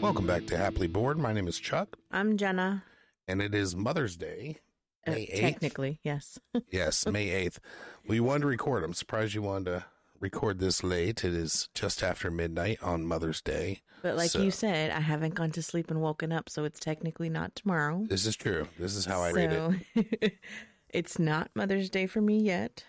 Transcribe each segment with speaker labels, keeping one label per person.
Speaker 1: Welcome back to Happily Bored. My name is Chuck,
Speaker 2: I'm Jenna.
Speaker 1: and it is Mother's Day,
Speaker 2: Uh,
Speaker 1: May 8th.
Speaker 2: technically, yes.
Speaker 1: Yes, May 8th. We wanted to record. I'm surprised you wanted to record this late. It is just after midnight on Mother's Day.
Speaker 2: But like
Speaker 1: So-
Speaker 2: you said, I haven't gone to sleep and woken up, so it's technically not tomorrow.
Speaker 1: This is true. This is how I read it.
Speaker 2: it. it's not Mother's Day for me yet.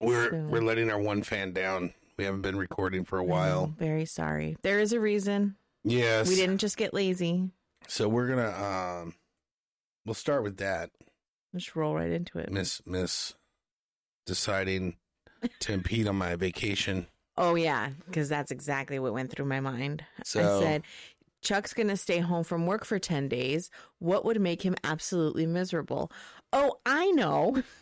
Speaker 1: We're
Speaker 2: so- Mm-hmm.
Speaker 1: we're letting our one fan down. We haven't been recording for a
Speaker 2: I'm
Speaker 1: while.
Speaker 2: very sorry. There is a reason.
Speaker 1: Yes.
Speaker 2: We didn't just get lazy.
Speaker 1: So we're going to um we'll start with that.
Speaker 2: Just roll right into it.
Speaker 1: Miss Miss deciding to impede on my vacation.
Speaker 2: Oh yeah, because that's exactly what went through my mind.
Speaker 1: So-
Speaker 2: I said, Chuck's gonna stay home from work for ten days. What would make him absolutely miserable? Oh, I know.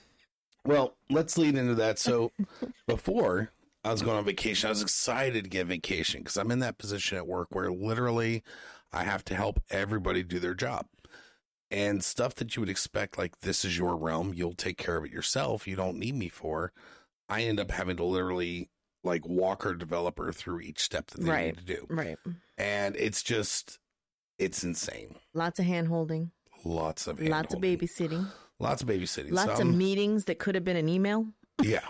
Speaker 1: Well, let's lead into that. So, before I was going on vacation, I was excited to get vacation because I'm in that position at work where literally I have to help everybody do their job and stuff that you would expect, like this is your realm, you'll take care of it yourself, you don't need me for. I end up having to literally like walk our developer through each step that they
Speaker 2: Right.
Speaker 1: need to do.
Speaker 2: Right.
Speaker 1: And it's just, it's insane.
Speaker 2: Lots of hand holding,
Speaker 1: Lots of
Speaker 2: lots of
Speaker 1: hand-holding.
Speaker 2: babysitting,
Speaker 1: lots of babysitting,
Speaker 2: lots
Speaker 1: So
Speaker 2: of
Speaker 1: I'm-
Speaker 2: meetings that could have been an email.
Speaker 1: Yeah.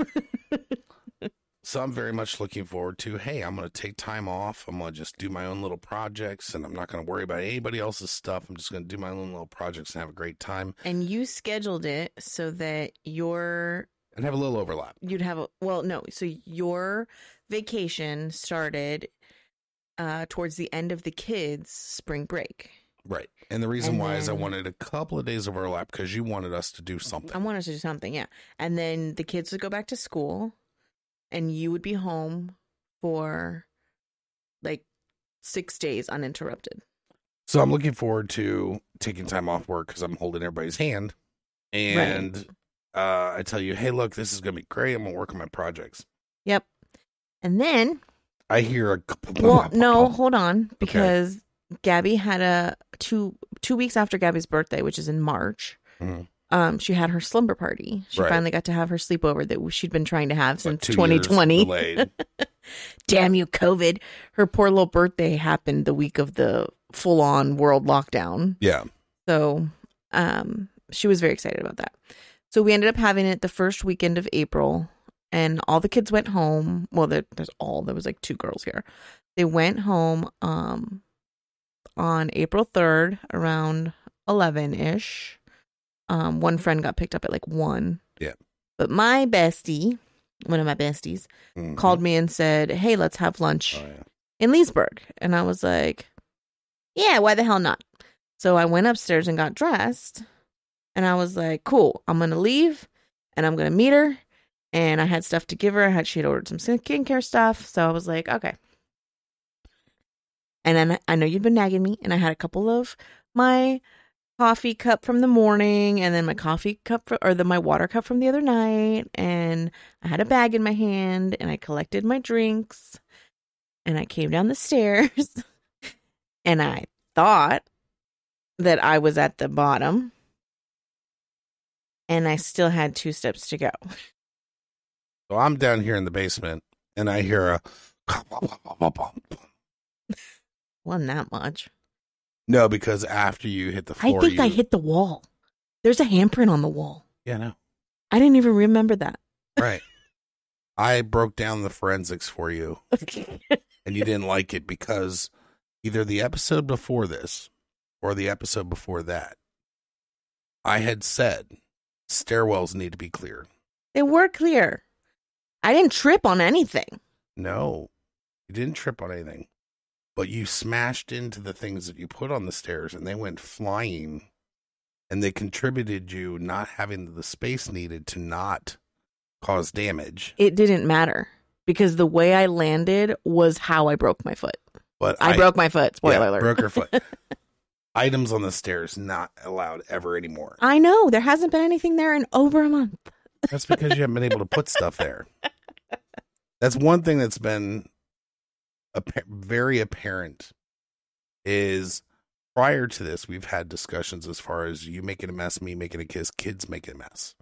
Speaker 1: so I'm very much looking forward to, hey, I'm going to take time off. I'm going to just do my own little projects and I'm not going to worry about anybody else's stuff. I'm just going to do my own little projects and have a great time
Speaker 2: And you scheduled it so that your
Speaker 1: and have a little overlap.
Speaker 2: you'd have a well, no, so your vacation started uh towards the end of the kids' spring break.
Speaker 1: Right. And the reason
Speaker 2: And
Speaker 1: why is I
Speaker 2: then-
Speaker 1: wanted a couple of days of overlap because you wanted us to do
Speaker 2: I
Speaker 1: something.
Speaker 2: want us to do something, yeah. And then the kids would go back to school, and you would be home for like six days uninterrupted.
Speaker 1: So I'm looking forward to taking time off work because I'm holding everybody's hand. And uh, I tell you, hey, look, this is going to be great. I'm going to work on my projects.
Speaker 2: Yep. And then,
Speaker 1: I hear a.
Speaker 2: well, no, hold on, because Gabby had a two two weeks after Gabby's birthday, which is in March.
Speaker 1: Mhm.
Speaker 2: Um, she had her slumber party. She
Speaker 1: Right.
Speaker 2: finally got to have her sleepover that she'd been trying to have
Speaker 1: Like
Speaker 2: since
Speaker 1: two years
Speaker 2: 2020.
Speaker 1: delayed.
Speaker 2: damn you covid her poor little birthday happened the week of the full on world lockdown
Speaker 1: Yeah.
Speaker 2: so um she was very excited about that so we ended up having it the first weekend of april and all the kids went home well there, there's all there was like two girls here they went home um on april 3rd around 11ish um one friend got picked up at like 1
Speaker 1: Yeah.
Speaker 2: but my bestie one of my besties
Speaker 1: Mhm.
Speaker 2: called me and said, "Hey, let's have lunch
Speaker 1: Oh, yeah.
Speaker 2: in Leesburg." And I was like, "Yeah, why the hell not?" So I went upstairs and got dressed, and I was like, "Cool, I'm gonna leave, and I'm gonna meet her." And I had stuff to give her. I had she had ordered some skincare stuff, so I was like, "Okay." And then I know you'd been nagging me, and I had a couple of my coffee cup from the morning, and then my coffee cup fro- or the my water cup from the other night, and I had a bag in my hand and I collected my drinks and I came down the stairs and I thought that I was at the bottom and I still had two steps to go.
Speaker 1: So I'm down here in the basement and I hear a
Speaker 2: Wasn't that much.
Speaker 1: no because after you hit the
Speaker 2: I
Speaker 1: floor,
Speaker 2: think
Speaker 1: you,
Speaker 2: I hit the wall. There's a handprint on the wall.
Speaker 1: Yeah, no,
Speaker 2: I didn't even remember that.
Speaker 1: right. I broke down the forensics for you, and you didn't like it because either the episode before this or the episode before that, I had said stairwells need to be clear.
Speaker 2: they were clear. I didn't trip on anything.
Speaker 1: No, you didn't trip on anything, but you smashed into the things that you put on the stairs and they went flying and they contributed you not having the space needed to not cause damage.
Speaker 2: It didn't matter because the way I landed was how I broke my foot.
Speaker 1: But
Speaker 2: I, broke my foot. Spoiler
Speaker 1: yeah,
Speaker 2: alert.
Speaker 1: broke your foot. Items on the stairs not allowed ever anymore.
Speaker 2: I know there hasn't been anything there in over a month.
Speaker 1: That's because you haven't been able to put stuff there. That's one thing that's been appa- very apparent is prior to this, we've had discussions as far as you making a mess, me making a kiss, kids making a mess.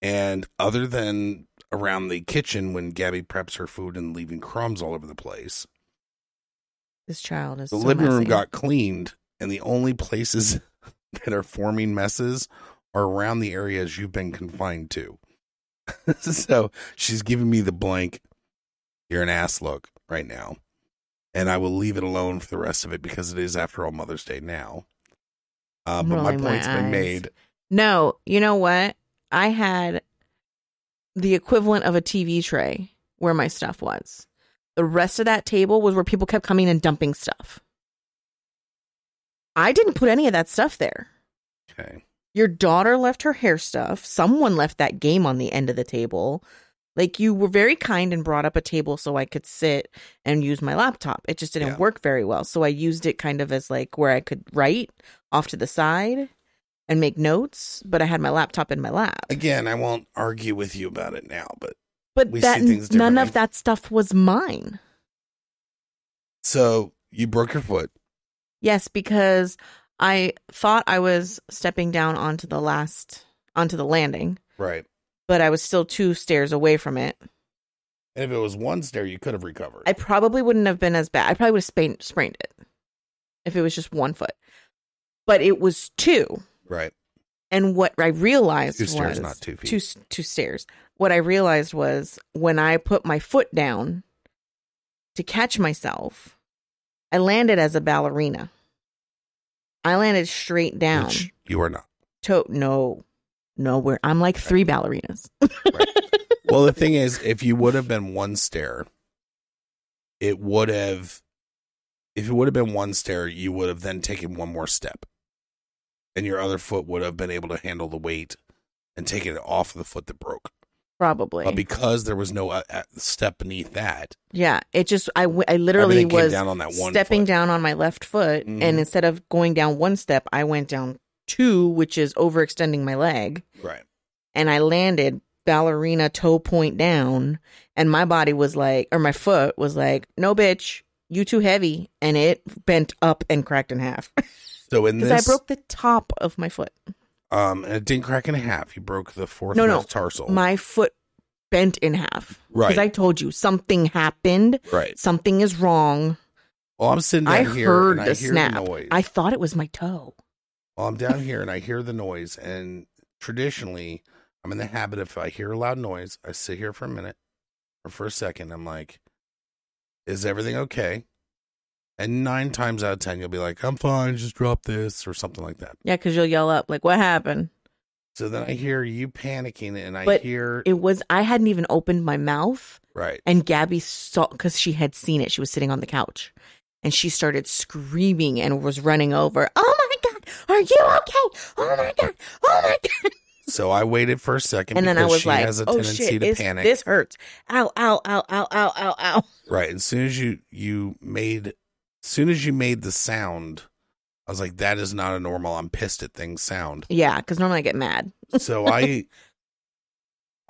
Speaker 1: And other than around the kitchen when Gabby preps her food and leaving crumbs all over the place,
Speaker 2: This child is
Speaker 1: The
Speaker 2: so
Speaker 1: living room
Speaker 2: messy.
Speaker 1: got cleaned, and the only places that are forming messes are around the areas you've been confined to. so she's giving me the blank, you're an ass look right now. And I will leave it alone for the rest of it because it is, after all, Mother's Day now. Uh,
Speaker 2: I'm
Speaker 1: but my
Speaker 2: rolling my
Speaker 1: point's been
Speaker 2: eyes.
Speaker 1: made.
Speaker 2: No, you know what? I had the equivalent of a TV tray where my stuff was. The rest of that table was where people kept coming and dumping stuff. I didn't put any of that stuff there.
Speaker 1: Okay.
Speaker 2: Your daughter left her hair stuff. Someone left that game on the end of the table. Like you were very kind and brought up a table so I could sit and use my laptop. It just didn't
Speaker 1: Yeah.
Speaker 2: work very well. So I used it kind of as like where I could write off to the side and make notes, but I had my laptop in my lap.
Speaker 1: Again, I won't argue with you about it now, but
Speaker 2: But
Speaker 1: we
Speaker 2: that
Speaker 1: see things
Speaker 2: none
Speaker 1: differently.
Speaker 2: of that stuff was mine.
Speaker 1: so you broke your foot.
Speaker 2: Yes, because I thought I was stepping down onto the last onto the landing,
Speaker 1: Right.
Speaker 2: but I was still two stairs away from it.
Speaker 1: And if it was one stair, you could have recovered.
Speaker 2: I probably wouldn't have been as bad. I probably would have sprained, sprained it if it was just one foot. But it was two.
Speaker 1: right.
Speaker 2: And what I realized
Speaker 1: Two stairs,
Speaker 2: was
Speaker 1: not two feet.
Speaker 2: Two, s- two stairs. What I realized was when I put my foot down to catch myself, I landed as a ballerina. I landed straight down.
Speaker 1: Which you are not.
Speaker 2: to- no, nowhere. I'm like three ballerinas.
Speaker 1: Well, the thing is, if you would have been one stair, it would have. If it would have been one stair, you would have then taken one more step, and your other foot would have been able to handle the weight and taken it off of the foot that broke.
Speaker 2: Probably.
Speaker 1: But because there was no uh, uh, step beneath that,
Speaker 2: yeah. It just, I, w- I literally
Speaker 1: everything came
Speaker 2: was
Speaker 1: down on that one
Speaker 2: stepping
Speaker 1: foot.
Speaker 2: down on my left foot
Speaker 1: Mhm.
Speaker 2: and instead of going down one step i went down two which is overextending my leg
Speaker 1: Right.
Speaker 2: and i landed ballerina toe point down and my body was like or my foot was like no bitch you too heavy and it bent up and cracked in half
Speaker 1: So in
Speaker 2: because
Speaker 1: this,
Speaker 2: i broke the top of my foot
Speaker 1: um, and it didn't crack in half. You broke the fourth
Speaker 2: No, no.
Speaker 1: tarsal.
Speaker 2: my foot bent in half
Speaker 1: Oh. Right.
Speaker 2: because i told you something happened
Speaker 1: right.
Speaker 2: something is wrong
Speaker 1: Well, I'm sitting down
Speaker 2: i
Speaker 1: here
Speaker 2: heard
Speaker 1: and I
Speaker 2: the
Speaker 1: hear
Speaker 2: snap
Speaker 1: the noise.
Speaker 2: i thought it was my toe
Speaker 1: Well, I'm down here and I hear the noise. And traditionally, I'm in the habit if I hear a loud noise, I sit here for a minute or for a second. I'm like, is everything okay? And nine times out of 10, you'll be like, I'm fine, just drop this or something like that.
Speaker 2: yeah because you'll yell up like what happened
Speaker 1: So then I hear you panicking and I
Speaker 2: But
Speaker 1: hear,
Speaker 2: it was I hadn't even opened my mouth
Speaker 1: right,
Speaker 2: and Gabby saw cuz she had seen it. She was sitting on the couch and she started screaming and was running over. "Oh my god. Are you okay? Oh my god. Oh my god."
Speaker 1: So I waited for a second,
Speaker 2: And then I
Speaker 1: because
Speaker 2: was
Speaker 1: she
Speaker 2: like,
Speaker 1: has a
Speaker 2: "Oh
Speaker 1: tendency
Speaker 2: shit.
Speaker 1: to
Speaker 2: it's-
Speaker 1: panic.
Speaker 2: This hurts. Ow, ow, ow, ow, ow, ow, ow."
Speaker 1: Right. As soon as you you made, as soon as you made the sound, I was like, that is not a normal. I'm pissed at things sound.
Speaker 2: Yeah, cuz normally I get mad.
Speaker 1: So I,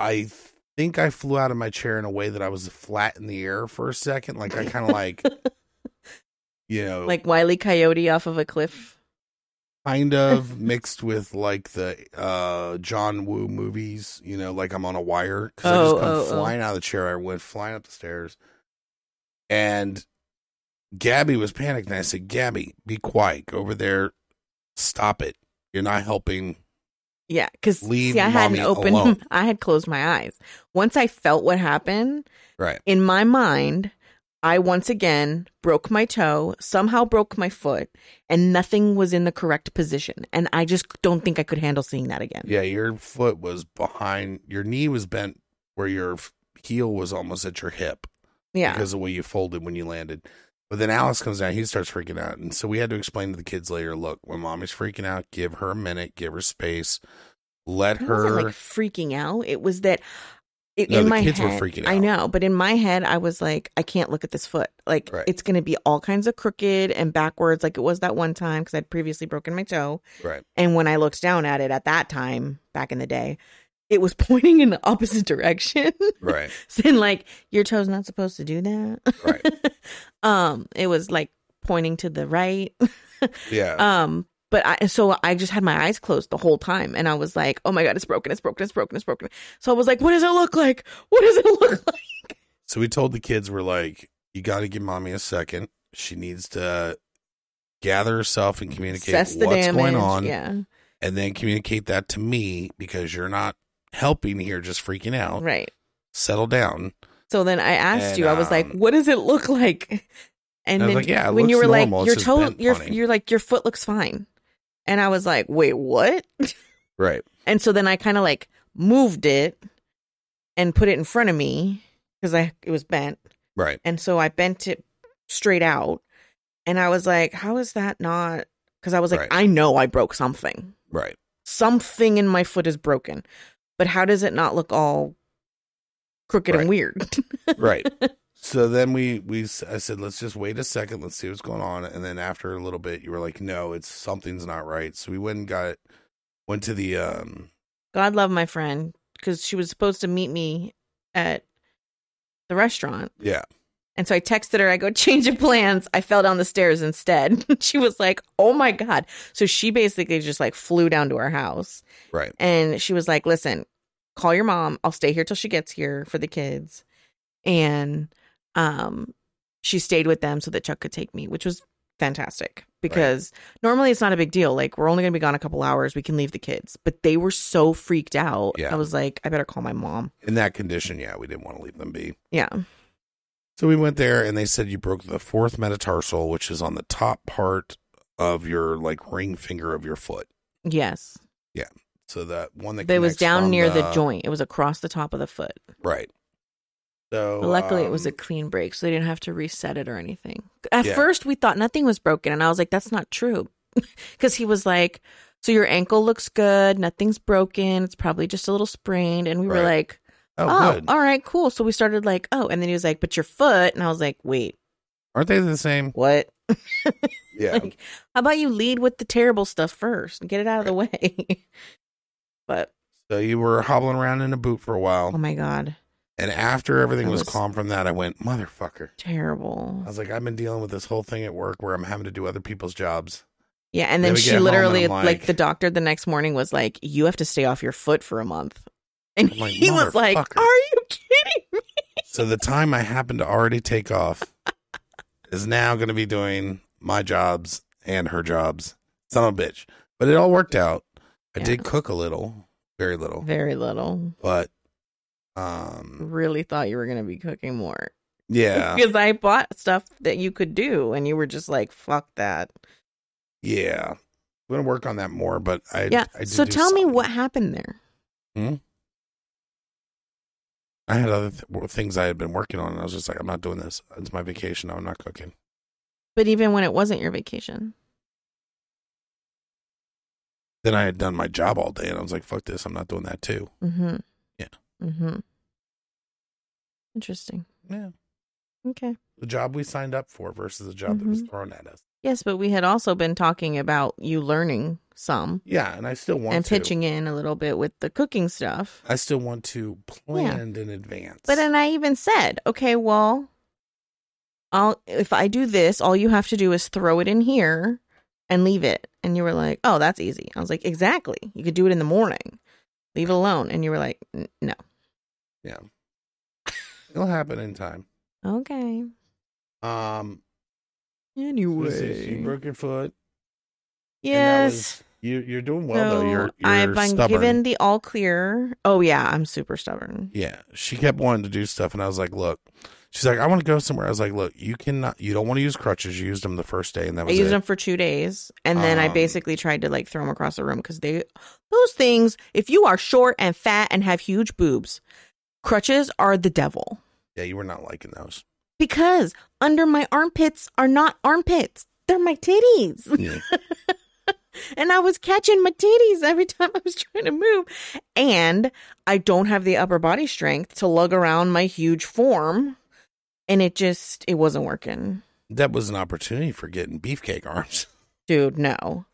Speaker 1: I think I flew out of my chair in a way that I was flat in the air for a second. Like I kind of like, you know,
Speaker 2: Like Wiley Coyote off of a cliff.
Speaker 1: kind of mixed with like the uh John Woo movies, you know, like I'm on a wire because I just
Speaker 2: Oh,
Speaker 1: come
Speaker 2: oh, oh.
Speaker 1: flying out of the chair. I went flying up the stairs, and Gabby was panicked, and I said, "Gabby, be quiet. Go over there. Stop it. You're not helping."
Speaker 2: Yeah, cuz
Speaker 1: Leave
Speaker 2: see I hadn't
Speaker 1: mommy
Speaker 2: opened
Speaker 1: alone.
Speaker 2: I had closed my eyes. Once I felt what happened,
Speaker 1: Right.
Speaker 2: in my mind, I once again broke my toe, somehow broke my foot, and nothing was in the correct position. And I just don't think I could handle seeing that again.
Speaker 1: Yeah, your foot was behind. Your knee was bent where your f- heel was almost at your hip.
Speaker 2: Yeah.
Speaker 1: because of the way you folded when you landed. But then Alice comes down, he starts freaking out. And so we had to explain to the kids later look, when mommy's freaking out, give her a minute, give her space, let
Speaker 2: I wasn't
Speaker 1: her.
Speaker 2: like freaking out. It was that it,
Speaker 1: No,
Speaker 2: in
Speaker 1: the
Speaker 2: my
Speaker 1: kids were
Speaker 2: head-
Speaker 1: freaking
Speaker 2: I
Speaker 1: out.
Speaker 2: know, but in my head, I was like, I can't look at this foot. Like
Speaker 1: Right.
Speaker 2: it's going to be all kinds of crooked and backwards, like it was that one time because I'd previously broken my toe.
Speaker 1: right.
Speaker 2: And when I looked down at it at that time back in the day, it was pointing in the opposite direction.
Speaker 1: Right.
Speaker 2: saying like your toe's not supposed to do that.
Speaker 1: Right.
Speaker 2: um, it was like pointing to the right.
Speaker 1: Yeah.
Speaker 2: um, but I so I just had my eyes closed the whole time, and I was like, oh my god, it's broken, it's broken, it's broken, it's broken. So I was like, what does it look like? What does it look like?
Speaker 1: so we told the kids, we're like, you got to give mommy a second. She needs to gather herself and communicate what's going on,
Speaker 2: Yeah.
Speaker 1: and then communicate that to me because you're not helping here, just freaking out.
Speaker 2: Right.
Speaker 1: Settle down.
Speaker 2: So then I asked
Speaker 1: Oh. And,
Speaker 2: you, I was like,
Speaker 1: um,
Speaker 2: what does it look like? And
Speaker 1: I was
Speaker 2: then
Speaker 1: like, yeah, it
Speaker 2: when you
Speaker 1: looks
Speaker 2: were
Speaker 1: normal. It's
Speaker 2: like, your
Speaker 1: just
Speaker 2: toe,
Speaker 1: bent
Speaker 2: your,
Speaker 1: funny.
Speaker 2: you're like, your foot looks fine. And I was like, wait, what?
Speaker 1: Right.
Speaker 2: And so then I kind of like moved it and put it in front of me because I it was bent.
Speaker 1: Right.
Speaker 2: And so I bent it straight out. And I was like, how is that not? Because I was like,
Speaker 1: Right.
Speaker 2: I know I broke something.
Speaker 1: Right.
Speaker 2: Something in my foot is broken. But how does it not look all crooked
Speaker 1: Right.
Speaker 2: and weird?
Speaker 1: Right. so then we we s- I said let's just wait a second, let's see what's going on, and then after a little bit, you were like, no, it's something's not right. So we went and got went to the um
Speaker 2: God love my friend because she was supposed to meet me at the restaurant.
Speaker 1: yeah
Speaker 2: And so I texted her, I go, change of plans. I fell down the stairs instead. she was like, oh my God. So she basically just like flew down to our house
Speaker 1: right
Speaker 2: and she was like, listen, call your mom. I'll stay here till she gets here for the kids. And um, she stayed with them so that Chuck could take me, which was fantastic because normally it's not a big deal. Like, we're only going to be gone a couple hours. We can leave the kids. But they were so freaked out.
Speaker 1: Yeah.
Speaker 2: I was like, I better call my mom.
Speaker 1: in that condition. Yeah, we didn't want to leave them be.
Speaker 2: Yeah.
Speaker 1: So we went there, and they said you broke the fourth metatarsal, which is on the top part of your like ring finger of your foot.
Speaker 2: Yes.
Speaker 1: So that one that
Speaker 2: It was
Speaker 1: connects
Speaker 2: down
Speaker 1: from
Speaker 2: near the... joint. It was across the top of the foot.
Speaker 1: right. So
Speaker 2: But luckily, it was a
Speaker 1: um,
Speaker 2: clean break, so they didn't have to reset it or anything. At
Speaker 1: Yeah.
Speaker 2: first, we thought nothing was broken, and I was like, "That's not true," because he was like, "So your ankle looks good. Nothing's broken. It's probably just a little sprained." And we were
Speaker 1: Right.
Speaker 2: like,
Speaker 1: oh,
Speaker 2: "Oh,
Speaker 1: good.
Speaker 2: all right, cool." So we started like, "Oh," and then he was like, "But your foot," and I was like, "Wait,
Speaker 1: aren't they the same?
Speaker 2: what?
Speaker 1: Yeah,
Speaker 2: Like, how about you lead with the terrible stuff first and get it out of the way?" but
Speaker 1: So you were hobbling around in a boot for a
Speaker 2: oh
Speaker 1: while,
Speaker 2: my god,
Speaker 1: and after everything
Speaker 2: That
Speaker 1: was,
Speaker 2: was-
Speaker 1: calm from that, I went, motherfucker.
Speaker 2: terrible.
Speaker 1: I was like, I've been dealing with this whole thing at work where I'm having to do other people's jobs.
Speaker 2: Yeah, and
Speaker 1: Then
Speaker 2: then
Speaker 1: we
Speaker 2: she
Speaker 1: get home and
Speaker 2: literally,
Speaker 1: I'm
Speaker 2: like,
Speaker 1: like-
Speaker 2: the doctor the next morning was like, "You have to stay off your foot for a month," and
Speaker 1: I'm like,
Speaker 2: he was like, "Are
Speaker 1: "Motherfucker."
Speaker 2: you kidding?" me?"
Speaker 1: So the time I happen to already take off is now going to be doing my jobs and her jobs. Son of a bitch. But it all worked out. I
Speaker 2: Yeah.
Speaker 1: did cook a little, very little,
Speaker 2: Very little.
Speaker 1: but um,
Speaker 2: Really thought you were gonna be cooking more
Speaker 1: yeah,
Speaker 2: because I bought stuff that you could do, and you were just like, "Fuck that."
Speaker 1: yeah. I'm going to work on that more, but I
Speaker 2: yeah.
Speaker 1: I did
Speaker 2: so
Speaker 1: do
Speaker 2: tell me
Speaker 1: something.
Speaker 2: what happened there.
Speaker 1: I had other th- w- things I had been working on, and I was just like, I'm not doing this. It's my vacation. I'm not cooking.
Speaker 2: But even when it wasn't your vacation,
Speaker 1: Then I had done my job all day, and I was like, fuck this. I'm not doing that too.
Speaker 2: mm-hmm.
Speaker 1: Yeah.
Speaker 2: mm-hmm. Interesting.
Speaker 1: Yeah.
Speaker 2: Okay.
Speaker 1: The job we signed up for versus the job that was
Speaker 2: Mm-hmm.
Speaker 1: thrown at us.
Speaker 2: Yes, but we had also been talking about you learning some
Speaker 1: Yeah. And I still want
Speaker 2: and
Speaker 1: to.
Speaker 2: pitching in a little bit with the cooking stuff.
Speaker 1: I still want to plan in advance.
Speaker 2: But and I even said, okay, well, I'll if I do this, all you have to do is throw it in here and leave it. And you were like, oh, that's easy. I was like, exactly. You could do it in the morning. Leave it alone. And you were like, "N- no.
Speaker 1: yeah. It'll happen in time.
Speaker 2: Okay.
Speaker 1: Um, so let's see. So you
Speaker 2: Anyway.
Speaker 1: broke your foot. and that
Speaker 2: Yes.
Speaker 1: was- you, you're doing well, though.
Speaker 2: So
Speaker 1: You're, you're
Speaker 2: I've been
Speaker 1: stubborn.
Speaker 2: given the all clear. Oh yeah, I'm super stubborn.
Speaker 1: Yeah, she kept wanting to do stuff, and I was like, "Look," she's like, "I want to go somewhere." I was like, "Look, you cannot, you don't want to use crutches. You used them the first day, and that
Speaker 2: I
Speaker 1: was
Speaker 2: used
Speaker 1: it.
Speaker 2: them for two days, and then I
Speaker 1: Um,
Speaker 2: basically tried to like throw them across the room because they, those things. If you are short and fat and have huge boobs, crutches are the devil
Speaker 1: Yeah, you were not liking those.
Speaker 2: because under my armpits are not armpits; they're my titties,
Speaker 1: Yeah,
Speaker 2: and I was catching my titties every time I was trying to move, and I don't have the upper body strength to lug around my huge form, and it just it wasn't working.
Speaker 1: that was an opportunity for getting beefcake arms.
Speaker 2: dude no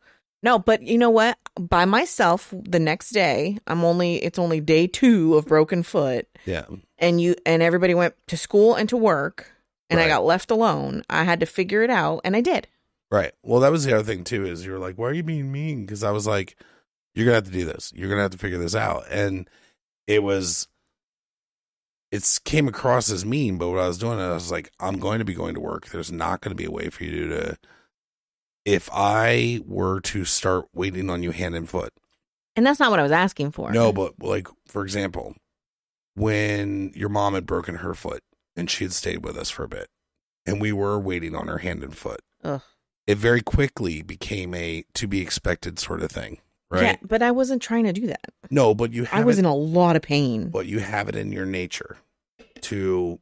Speaker 2: no but you know what by myself the next day i'm only it's only day two of broken foot
Speaker 1: Yeah,
Speaker 2: and you and everybody went to school and to work and i
Speaker 1: Right.
Speaker 2: got left alone i had to figure it out and i did
Speaker 1: right. Well, that was the other thing too. Is you were like, "Why are you being mean?" Because I was like, "You're gonna have to do this. You're gonna have to figure this out." And it was it came across as mean, but what I was doing, I was like, I'm going to be going to work. There's not going to be a way for you to. If I were to start waiting on you hand and foot,
Speaker 2: And that's not what I was asking for.
Speaker 1: no, but like for example, when your mom had broken her foot and she had stayed with us for a bit, and we were waiting on her hand and foot,
Speaker 2: Ugh.
Speaker 1: it very quickly became a to be expected sort of thing, right?
Speaker 2: Yeah, but I wasn't trying to do that.
Speaker 1: No, but you have
Speaker 2: I was
Speaker 1: it,
Speaker 2: in a lot of pain.
Speaker 1: but you have it in your nature to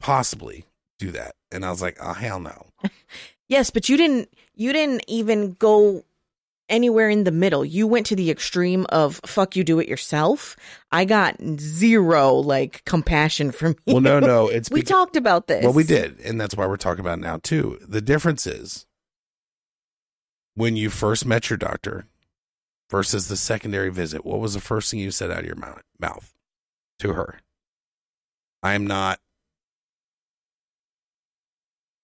Speaker 1: possibly do that, and I was like, oh hell no,
Speaker 2: Yes, but you didn't you didn't even go anywhere in the middle. You went to the extreme of fuck you do it yourself. I got zero like compassion from you.
Speaker 1: well no no, it's
Speaker 2: we
Speaker 1: beca-
Speaker 2: talked about this.
Speaker 1: Well, we did, and that's why we're talking about it now too. The difference is when you first met your doctor versus the secondary visit. What was the first thing you said out of your mou- mouth to her? I'm not.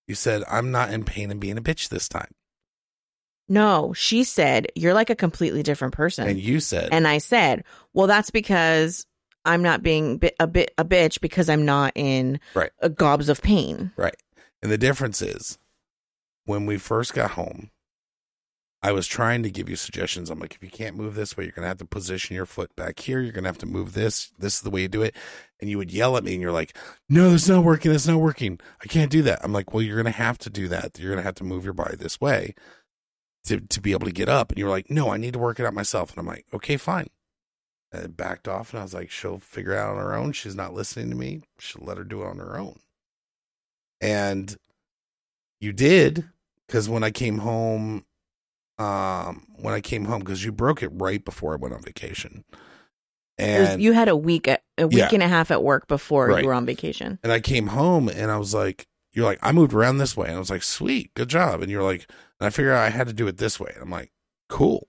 Speaker 1: You said I'm not in pain and being a bitch this time,
Speaker 2: No, she said you're like a completely different person.
Speaker 1: and you said
Speaker 2: And I said, "Well, that's because I'm not being bi- a bit a bitch because I'm not in
Speaker 1: Right.
Speaker 2: uh, gobs of pain."
Speaker 1: Right. And the difference is when we first got home, I was trying to give you suggestions. I'm like, if you can't move this way, you're going to have to position your foot back here. You're going to have to move this. This is the way you do it. And you would yell at me and you're like, no, it's not working. It's not working. I can't do that. I'm like, well, you're going to have to do that. You're going to have to move your body this way to, to be able to get up. And you're like, no, I need to work it out myself. And I'm like, okay, fine. And I backed off and I was like, she'll figure it out on her own. She's not listening to me. She'll let her do it on her own and you did because when i came home um when i came home because you broke it right before i went on vacation
Speaker 2: It was-
Speaker 1: and
Speaker 2: you had a week at, a week
Speaker 1: Yeah.
Speaker 2: and a half at work before
Speaker 1: Right.
Speaker 2: you were on vacation.
Speaker 1: and i came home and i was like you're like i moved around this way and i was like sweet good job and you're like and i figured out i had to do it this way and i'm like cool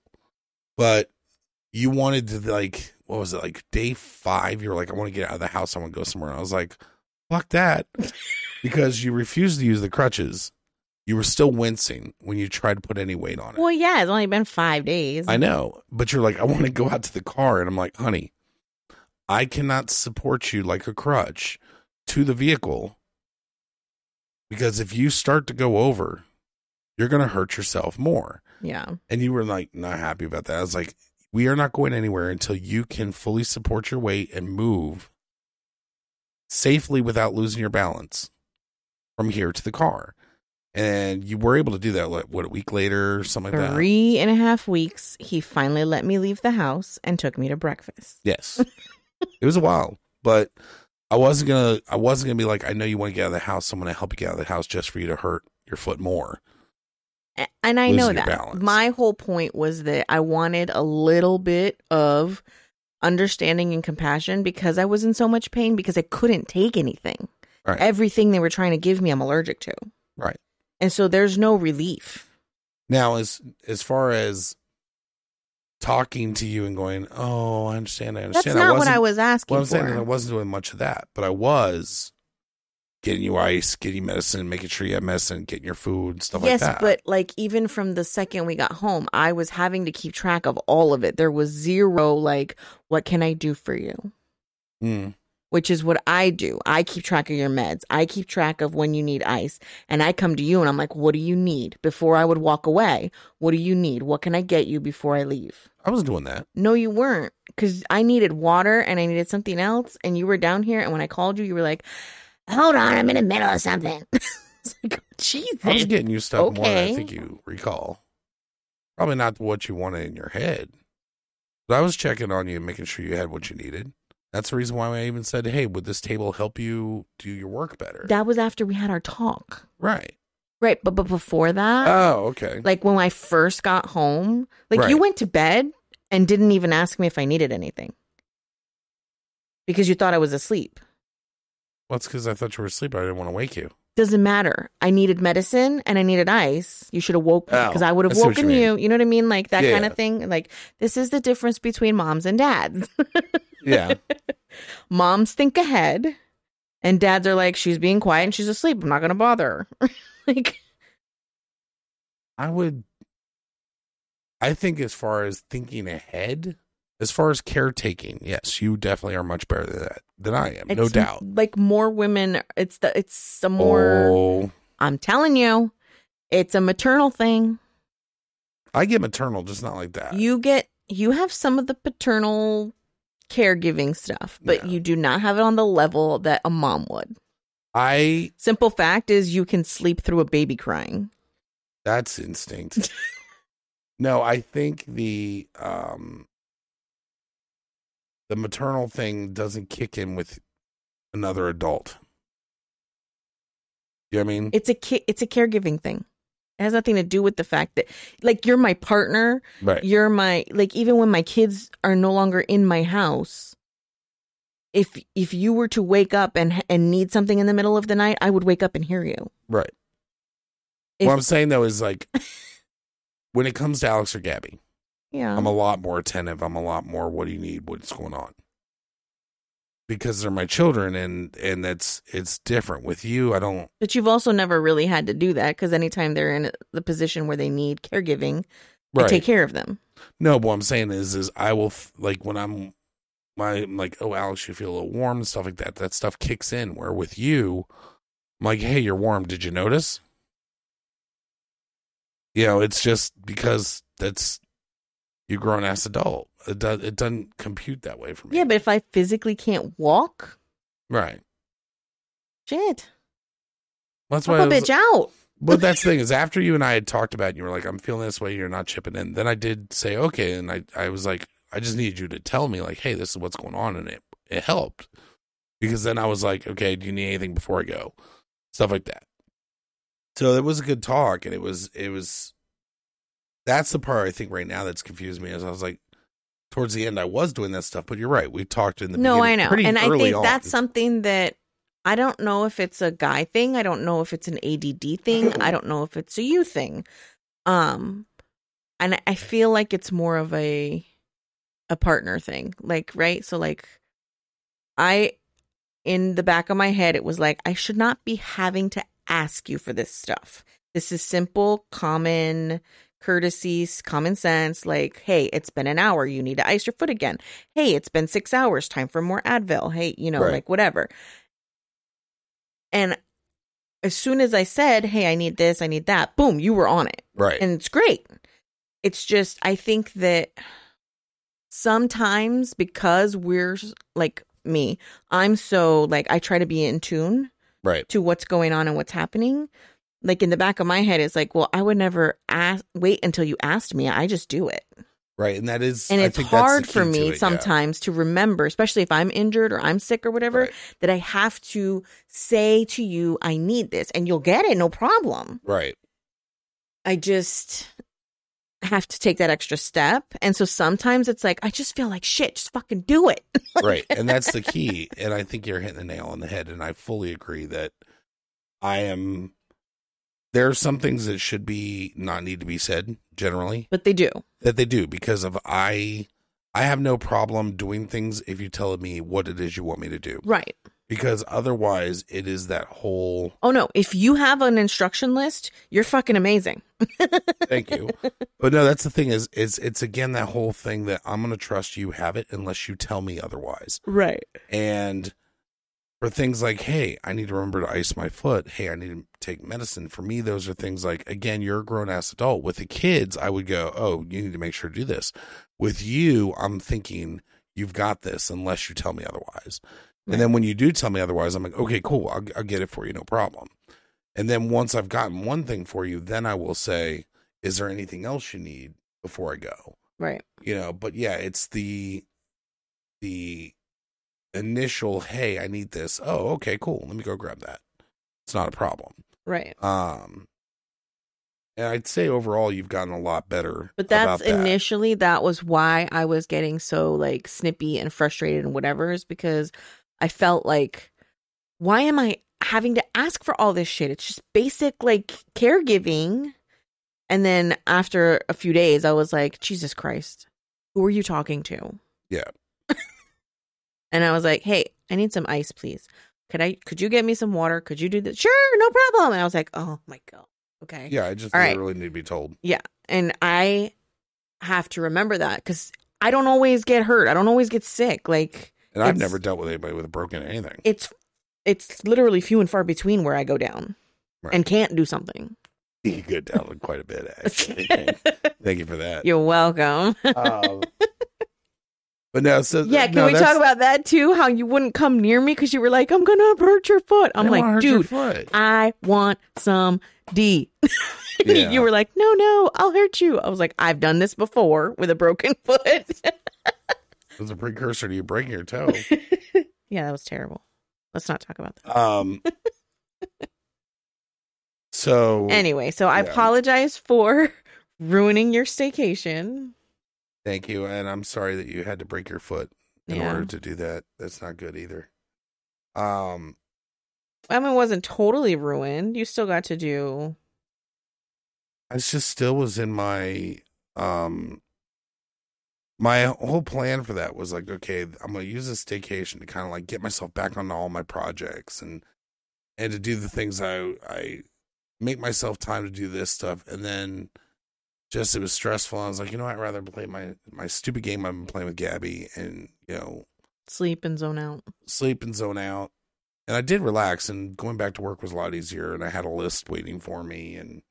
Speaker 1: but you wanted to like what was it like day five you were like i want to get out of the house i want to go somewhere and i was like fuck that because you refused to use the crutches you were still wincing when you tried to put any weight on it
Speaker 2: Well, yeah, it's only been 5 days.
Speaker 1: I know, but you're like, I want to go out to the car, and I'm like, honey, I cannot support you like a crutch to the vehicle because if you start to go over, you're gonna hurt yourself more.
Speaker 2: yeah.
Speaker 1: And you were like, not happy about that. I was like, we are not going anywhere until you can fully support your weight and move safely without losing your balance from here to the car. And you were able to do that, like, what, a week later, or something like that?
Speaker 2: Three and a half weeks, he finally let me leave the house and took me to breakfast.
Speaker 1: Yes. it was a while, but I wasn't gonna I wasn't gonna be like, I know you want to get out of the house, I'm gonna help you get out of the house just for you to hurt your foot more.
Speaker 2: A- And I know
Speaker 1: Losing your
Speaker 2: that.
Speaker 1: balance.
Speaker 2: My whole point was that I wanted a little bit of understanding and compassion because I was in so much pain because I couldn't take anything.
Speaker 1: Right.
Speaker 2: Everything they were trying to give me, I'm allergic to.
Speaker 1: Right.
Speaker 2: And so there's no relief.
Speaker 1: Now as as far as talking to you and going, Oh, I understand, I
Speaker 2: That's
Speaker 1: understand. I
Speaker 2: not what
Speaker 1: wasn't
Speaker 2: I was asking
Speaker 1: well, I'm
Speaker 2: for.
Speaker 1: saying is I wasn't doing much of that, but I was getting you ice, getting you medicine, making sure you have medicine, getting your food, stuff
Speaker 2: yes,
Speaker 1: like that.
Speaker 2: but like even from the second we got home, I was having to keep track of all of it. There was zero like, what can I do for you?
Speaker 1: Mm,
Speaker 2: which is what I do. I keep track of your meds. I keep track of when you need ice. And I come to you and I'm like, what do you need? Before I would walk away, what do you need? What can I get you before I leave?
Speaker 1: I was doing that.
Speaker 2: No, you weren't. Because I needed water and I needed something else. And you were down here. And when I called you, you were like, hold on, I'm in the middle of something. it's like,
Speaker 1: I was
Speaker 2: Jesus.
Speaker 1: getting you stuff more than I
Speaker 2: Okay.
Speaker 1: think you recall. Probably not what you wanted in your head. But I was checking on you and making sure you had what you needed. That's the reason why I even said, hey, would this table help you do your work better?
Speaker 2: That was after we had our talk.
Speaker 1: right.
Speaker 2: Right. But, but before that,
Speaker 1: Oh, okay.
Speaker 2: Uh, like when I first got home, like you
Speaker 1: Right.
Speaker 2: went to bed and didn't even ask me if I needed anything because you thought I was asleep.
Speaker 1: Well, it's because I thought you were asleep. I didn't want to wake you.
Speaker 2: Doesn't matter. I needed medicine and I needed ice. You should have woke me
Speaker 1: Oh,
Speaker 2: because I would
Speaker 1: I
Speaker 2: have
Speaker 1: see what
Speaker 2: woken
Speaker 1: you mean.
Speaker 2: you. You know what I mean? Like that
Speaker 1: Yeah,
Speaker 2: kind
Speaker 1: yeah.
Speaker 2: of thing. Like this is the difference between moms and dads.
Speaker 1: Yeah.
Speaker 2: moms think ahead and dads are like, she's being quiet and she's asleep. I'm not going to bother her. like,
Speaker 1: I would. I think as far as thinking ahead, As far as caretaking, yes, you definitely are much better than that than I am, no
Speaker 2: It's
Speaker 1: doubt.
Speaker 2: Like more women, it's the it's a more.
Speaker 1: Oh,
Speaker 2: I'm telling you, it's a maternal thing.
Speaker 1: I get maternal, just not like that.
Speaker 2: you get you have some of the paternal caregiving stuff, but
Speaker 1: Yeah.
Speaker 2: you do not have it on the level that a mom would.
Speaker 1: I
Speaker 2: Simple fact is you can sleep through a baby crying.
Speaker 1: that's instinct. no, I think the um the maternal thing doesn't kick in with another adult. You know what I mean?
Speaker 2: It's a ki- it's a caregiving thing. It has nothing to do with the fact that like you're my partner,
Speaker 1: right.
Speaker 2: you're my like even when my kids are no longer in my house, if if you were to wake up and and need something in the middle of the night, I would wake up and hear you.
Speaker 1: Right.
Speaker 2: If-
Speaker 1: what I'm saying though is like when it comes to Alex or Gabby,
Speaker 2: Yeah.
Speaker 1: I'm a lot more attentive. I'm a lot more what do you need? What's going on? Because they're my children and and that's it's different. With you, I don't
Speaker 2: But you've also never really had to do that because anytime they're in the position where they need caregiving, I
Speaker 1: right.
Speaker 2: take care of them.
Speaker 1: No, but what I'm saying is, is I will f- like when I'm my I'm like, oh Alex, you feel a little warm and stuff like that. That stuff kicks in. Where with you, I'm like, hey, you're warm. Did you notice? You know, it's just because that's you grown ass adult. It does. It doesn't compute that way for me.
Speaker 2: Yeah, but if I physically can't walk,
Speaker 1: right.
Speaker 2: shit,
Speaker 1: That's why. I
Speaker 2: help a
Speaker 1: was,
Speaker 2: bitch out.
Speaker 1: but that's the thing is, after you and I had talked about, it, you were like, I'm feeling this way. You're not chipping in. Then I did say, okay, and I I was like, I just need you to tell me, like, hey, this is what's going on, and it it helped because then I was like, okay, do you need anything before I go? Stuff like that. So it was a good talk, and it was it was. That's the part I think right now that's confused me is I was like, towards the end I was doing that stuff, but you're right. We talked in the
Speaker 2: No, I
Speaker 1: beginning
Speaker 2: know,
Speaker 1: pretty
Speaker 2: and I
Speaker 1: early
Speaker 2: think
Speaker 1: on.
Speaker 2: that's something that I don't know if it's a guy thing. I don't know if it's an ADD thing. I don't know if it's a you thing. Um, and I- I feel like it's more of a a partner thing. Like, right? So, like, I in the back of my head, it was like, I should not be having to ask you for this stuff. This is simple, common courtesies, common sense. Like, hey, it's been an hour. You need to ice your foot again. Hey, it's been six hours. Time for more Advil. Hey, you know,
Speaker 1: Right.
Speaker 2: like whatever. And as soon as I said, hey, I need this, I need that, boom, you were on it
Speaker 1: right.
Speaker 2: and it's great. It's just I think that sometimes because we're like me, I'm so like I try to be in tune
Speaker 1: right.
Speaker 2: to what's going on and what's happening. Like in the back of my head, it's like, well, I would never ask. Wait until you asked me. I just do it,
Speaker 1: Right. And that is
Speaker 2: and
Speaker 1: I
Speaker 2: it's
Speaker 1: think that's the
Speaker 2: hard for
Speaker 1: key to
Speaker 2: me
Speaker 1: it, yeah.
Speaker 2: sometimes to remember, especially if I'm injured or I'm sick or whatever,
Speaker 1: Right.
Speaker 2: that I have to say to you, "I need this," and you'll get it, no problem.
Speaker 1: right.
Speaker 2: I just have to take that extra step. And so sometimes it's like, I just feel like shit, just fucking do it.
Speaker 1: right and that's the key and i think you're hitting the nail on the head and i fully agree that i am there are some things that should be not need to be said generally
Speaker 2: But they do.
Speaker 1: that they do because of i i have no problem doing things if you tell me what it is you want me to do
Speaker 2: Right.
Speaker 1: because otherwise it is that whole
Speaker 2: Oh no, if you have an instruction list, you're fucking amazing.
Speaker 1: thank you but no that's the thing is it's it's again that whole thing that i'm going to trust you have it unless you tell me otherwise
Speaker 2: Right.
Speaker 1: and for things like hey i need to remember to ice my foot hey i need to take medicine for me those are things like again you're a grown-ass adult with the kids i would go oh you need to make sure to do this with you i'm thinking you've got this unless you tell me otherwise
Speaker 2: Right.
Speaker 1: and then when you do tell me otherwise i'm like okay cool I'll, I'll get it for you no problem and then once i've gotten one thing for you then i will say is there anything else you need before i go
Speaker 2: Right.
Speaker 1: you know but yeah it's the the initial hey i need this oh okay cool let me go grab that it's not a problem
Speaker 2: Right.
Speaker 1: um and i'd say overall you've gotten a lot better
Speaker 2: But that's
Speaker 1: about that.
Speaker 2: initially that was why I was getting so like snippy and frustrated and whatever is because I felt like why am I having to ask for all this shit? It's just basic like caregiving. And then after a few days I was like, Jesus Christ, who are you talking to?
Speaker 1: Yeah.
Speaker 2: and I was like, Hey, I need some ice, please. Could I could you get me some water? Could you do this? Sure, no problem. And I was like, Oh my god. Okay
Speaker 1: yeah i just
Speaker 2: All right.
Speaker 1: literally need to be told
Speaker 2: and I have to remember that because I don't always get hurt. I don't always get sick. Like
Speaker 1: And I've
Speaker 2: It's-
Speaker 1: never dealt with anybody with a broken anything.
Speaker 2: it's it's literally few and far between where I go down
Speaker 1: Right.
Speaker 2: and can't do something.
Speaker 1: You go down with quite a bit, actually. Thank you for that.
Speaker 2: You're welcome.
Speaker 1: Um, but no, so
Speaker 2: yeah, can
Speaker 1: no,
Speaker 2: we
Speaker 1: that's-
Speaker 2: talk about that too? How you wouldn't come near me because you were like, I'm gonna hurt your foot. I'm
Speaker 1: They won't
Speaker 2: like,
Speaker 1: hurt your
Speaker 2: dude,
Speaker 1: foot.
Speaker 2: I want some D.
Speaker 1: Yeah.
Speaker 2: You were like, no, no, I'll hurt you. I was like, I've done this before with a broken foot.
Speaker 1: It was a precursor to you breaking your toe.
Speaker 2: yeah, that was terrible. Let's not talk about that.
Speaker 1: Um. so
Speaker 2: Anyway, so I
Speaker 1: Yeah.
Speaker 2: apologize for ruining your staycation.
Speaker 1: thank you, and I'm sorry that you had to break your foot in
Speaker 2: Yeah.
Speaker 1: order to do that. That's not good either. Um.
Speaker 2: I mean, it wasn't totally ruined. You still got to do.
Speaker 1: I just still was in my um my whole plan for that was like, okay, I'm gonna use this vacation to kind of like get myself back onto all my projects and and to do the things I I make myself time to do this stuff and then just it was stressful. I was like, you know, what? I'd rather play my my stupid game I've been playing with Gabby and you know
Speaker 2: Sleep and zone out.
Speaker 1: sleep and zone out. And I did relax and going back to work was a lot easier and I had a list waiting for me and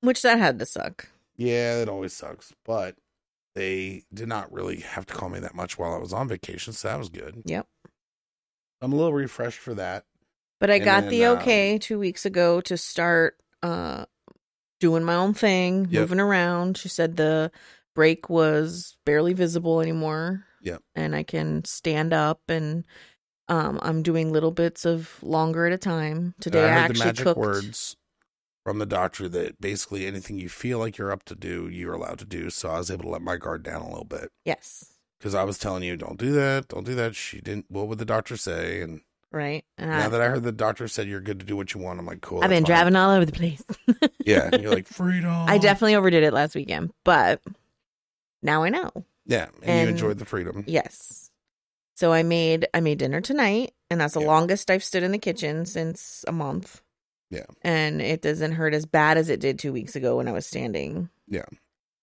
Speaker 2: Which that had to suck.
Speaker 1: yeah, it always sucks, but they did not really have to call me that much while I was on vacation, so that was good.
Speaker 2: Yep.
Speaker 1: I'm a little refreshed for that.
Speaker 2: But I
Speaker 1: And
Speaker 2: got
Speaker 1: then,
Speaker 2: the okay
Speaker 1: um,
Speaker 2: two weeks ago to start uh doing my own thing,
Speaker 1: Yep.
Speaker 2: moving around. She said the break was barely visible anymore.
Speaker 1: Yep.
Speaker 2: And I can stand up and um I'm doing little bits of longer at a time. Today I,
Speaker 1: And
Speaker 2: actually cooked.
Speaker 1: words from the doctor that basically anything you feel like you're up to do, you're allowed to do. So I was able to let my guard down a little bit
Speaker 2: Yes.
Speaker 1: because I was telling you, don't do that, don't do that. She didn't. What would the doctor say? And
Speaker 2: Right. And
Speaker 1: now
Speaker 2: I,
Speaker 1: that I heard the doctor said you're good to do what you want, I'm like, cool.
Speaker 2: I've been
Speaker 1: that's fine. Oh.
Speaker 2: driving all over the place.
Speaker 1: Yeah, and you're like freedom.
Speaker 2: I definitely overdid it last weekend, but now I know.
Speaker 1: yeah, and,
Speaker 2: and-
Speaker 1: you enjoyed the freedom.
Speaker 2: Yes. So I made I made dinner tonight, and that's the
Speaker 1: Yeah.
Speaker 2: longest I've stood in the kitchen since a month.
Speaker 1: Yeah.
Speaker 2: And it doesn't hurt as bad as it did two weeks ago when I was standing.
Speaker 1: Yeah.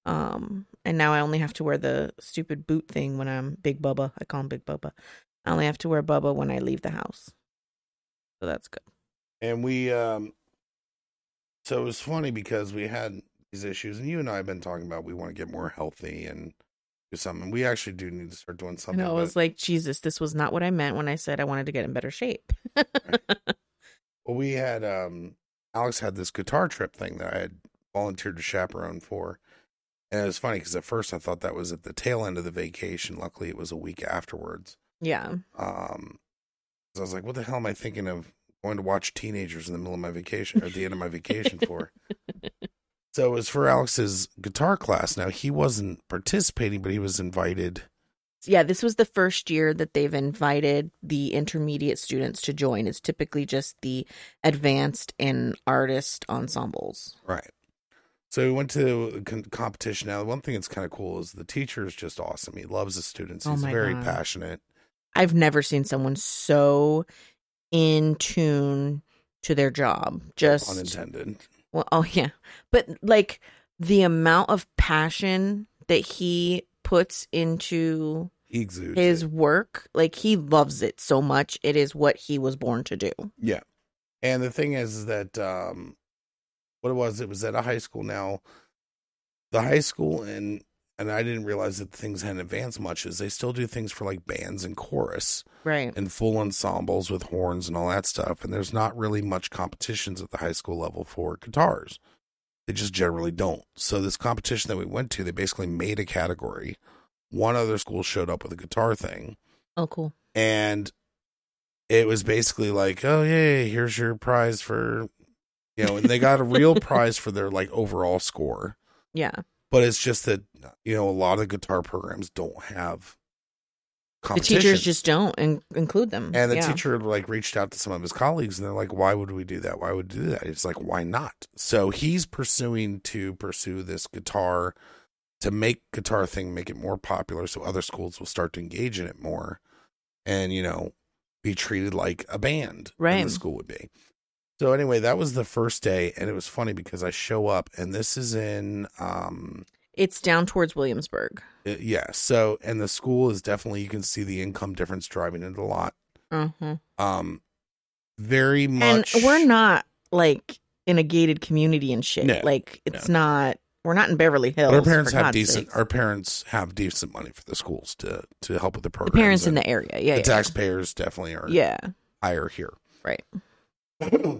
Speaker 2: Um, and now I only have to wear the stupid boot thing when I'm Big Bubba. I call him Big Bubba. I only have to wear Bubba when I leave the house. So that's good.
Speaker 1: and we um so it was funny because we had these issues and you and i have been talking about we want to get more healthy and do something we actually do need to start doing
Speaker 2: And
Speaker 1: something
Speaker 2: I was
Speaker 1: but,
Speaker 2: like, Jesus, this was not what I meant when I said I wanted to get in better shape.
Speaker 1: well, we had um alex had this guitar trip thing that i had volunteered to chaperone for and it was funny because at first i thought that was at the tail end of the vacation luckily it was a week afterwards
Speaker 2: yeah.
Speaker 1: um 'cause i was like what the hell am i thinking of going to watch teenagers in the middle of my vacation or at the end of my vacation for So it was for Alex's guitar class. Now he wasn't participating, but he was invited.
Speaker 2: yeah, this was the first year that they've invited the intermediate students to join. It's typically just the advanced and artist ensembles.
Speaker 1: Right. So we went to a con- competition. Now, the one thing that's kind of cool is the teacher is just awesome. He loves his students.
Speaker 2: Oh
Speaker 1: He's
Speaker 2: my
Speaker 1: very
Speaker 2: God.
Speaker 1: passionate.
Speaker 2: I've never seen someone so in tune to their job. Just
Speaker 1: Unintended.
Speaker 2: well, oh yeah, but like the amount of passion that he puts into
Speaker 1: He exudes.
Speaker 2: his
Speaker 1: it.
Speaker 2: work, like he loves it so much. It is what he was born to do.
Speaker 1: Yeah. And the thing is, is that um, what it was, it was at a high school. Now, the high school and and I didn't realize that things hadn't advanced much. Is they still do things for like bands and chorus.
Speaker 2: Right.
Speaker 1: and full ensembles with horns and all that stuff. And there's not really much competitions at the high school level for guitars. They just generally don't. So this competition that we went to, they basically made a category. One other school showed up with a guitar thing,
Speaker 2: Oh, cool.
Speaker 1: and it was basically like, "Oh yeah, here's your prize for," you know, and they got a real prize for their like overall score
Speaker 2: Yeah.
Speaker 1: but it's just that you know a lot of guitar programs don't have
Speaker 2: The
Speaker 1: competition.
Speaker 2: teachers just don't in- include them.
Speaker 1: and the
Speaker 2: Yeah.
Speaker 1: teacher like reached out to some of his colleagues and they're like why would we do that why would we do that it's like why not so he's pursuing to pursue this guitar to make guitar thing make it more popular so other schools will start to engage in it more and you know be treated like a band than
Speaker 2: Right.
Speaker 1: the school would be so anyway that was the first day and it was funny because i show up and this is in um
Speaker 2: It's down towards Williamsburg.
Speaker 1: Uh, yeah. So, and the school is definitely, you can see the income difference driving it a lot.
Speaker 2: Uh-huh.
Speaker 1: Um, very
Speaker 2: And
Speaker 1: much.
Speaker 2: we're not like in a gated community and shit.
Speaker 1: No,
Speaker 2: like it's not. We're not in Beverly
Speaker 1: but
Speaker 2: Hills.
Speaker 1: our parents
Speaker 2: for
Speaker 1: have
Speaker 2: God's
Speaker 1: decent.
Speaker 2: sakes.
Speaker 1: Our parents have decent money for the schools to to help with the
Speaker 2: the
Speaker 1: program.
Speaker 2: parents in the area. Yeah,
Speaker 1: the
Speaker 2: yeah.
Speaker 1: taxpayers definitely are
Speaker 2: yeah.
Speaker 1: higher here.
Speaker 2: Right.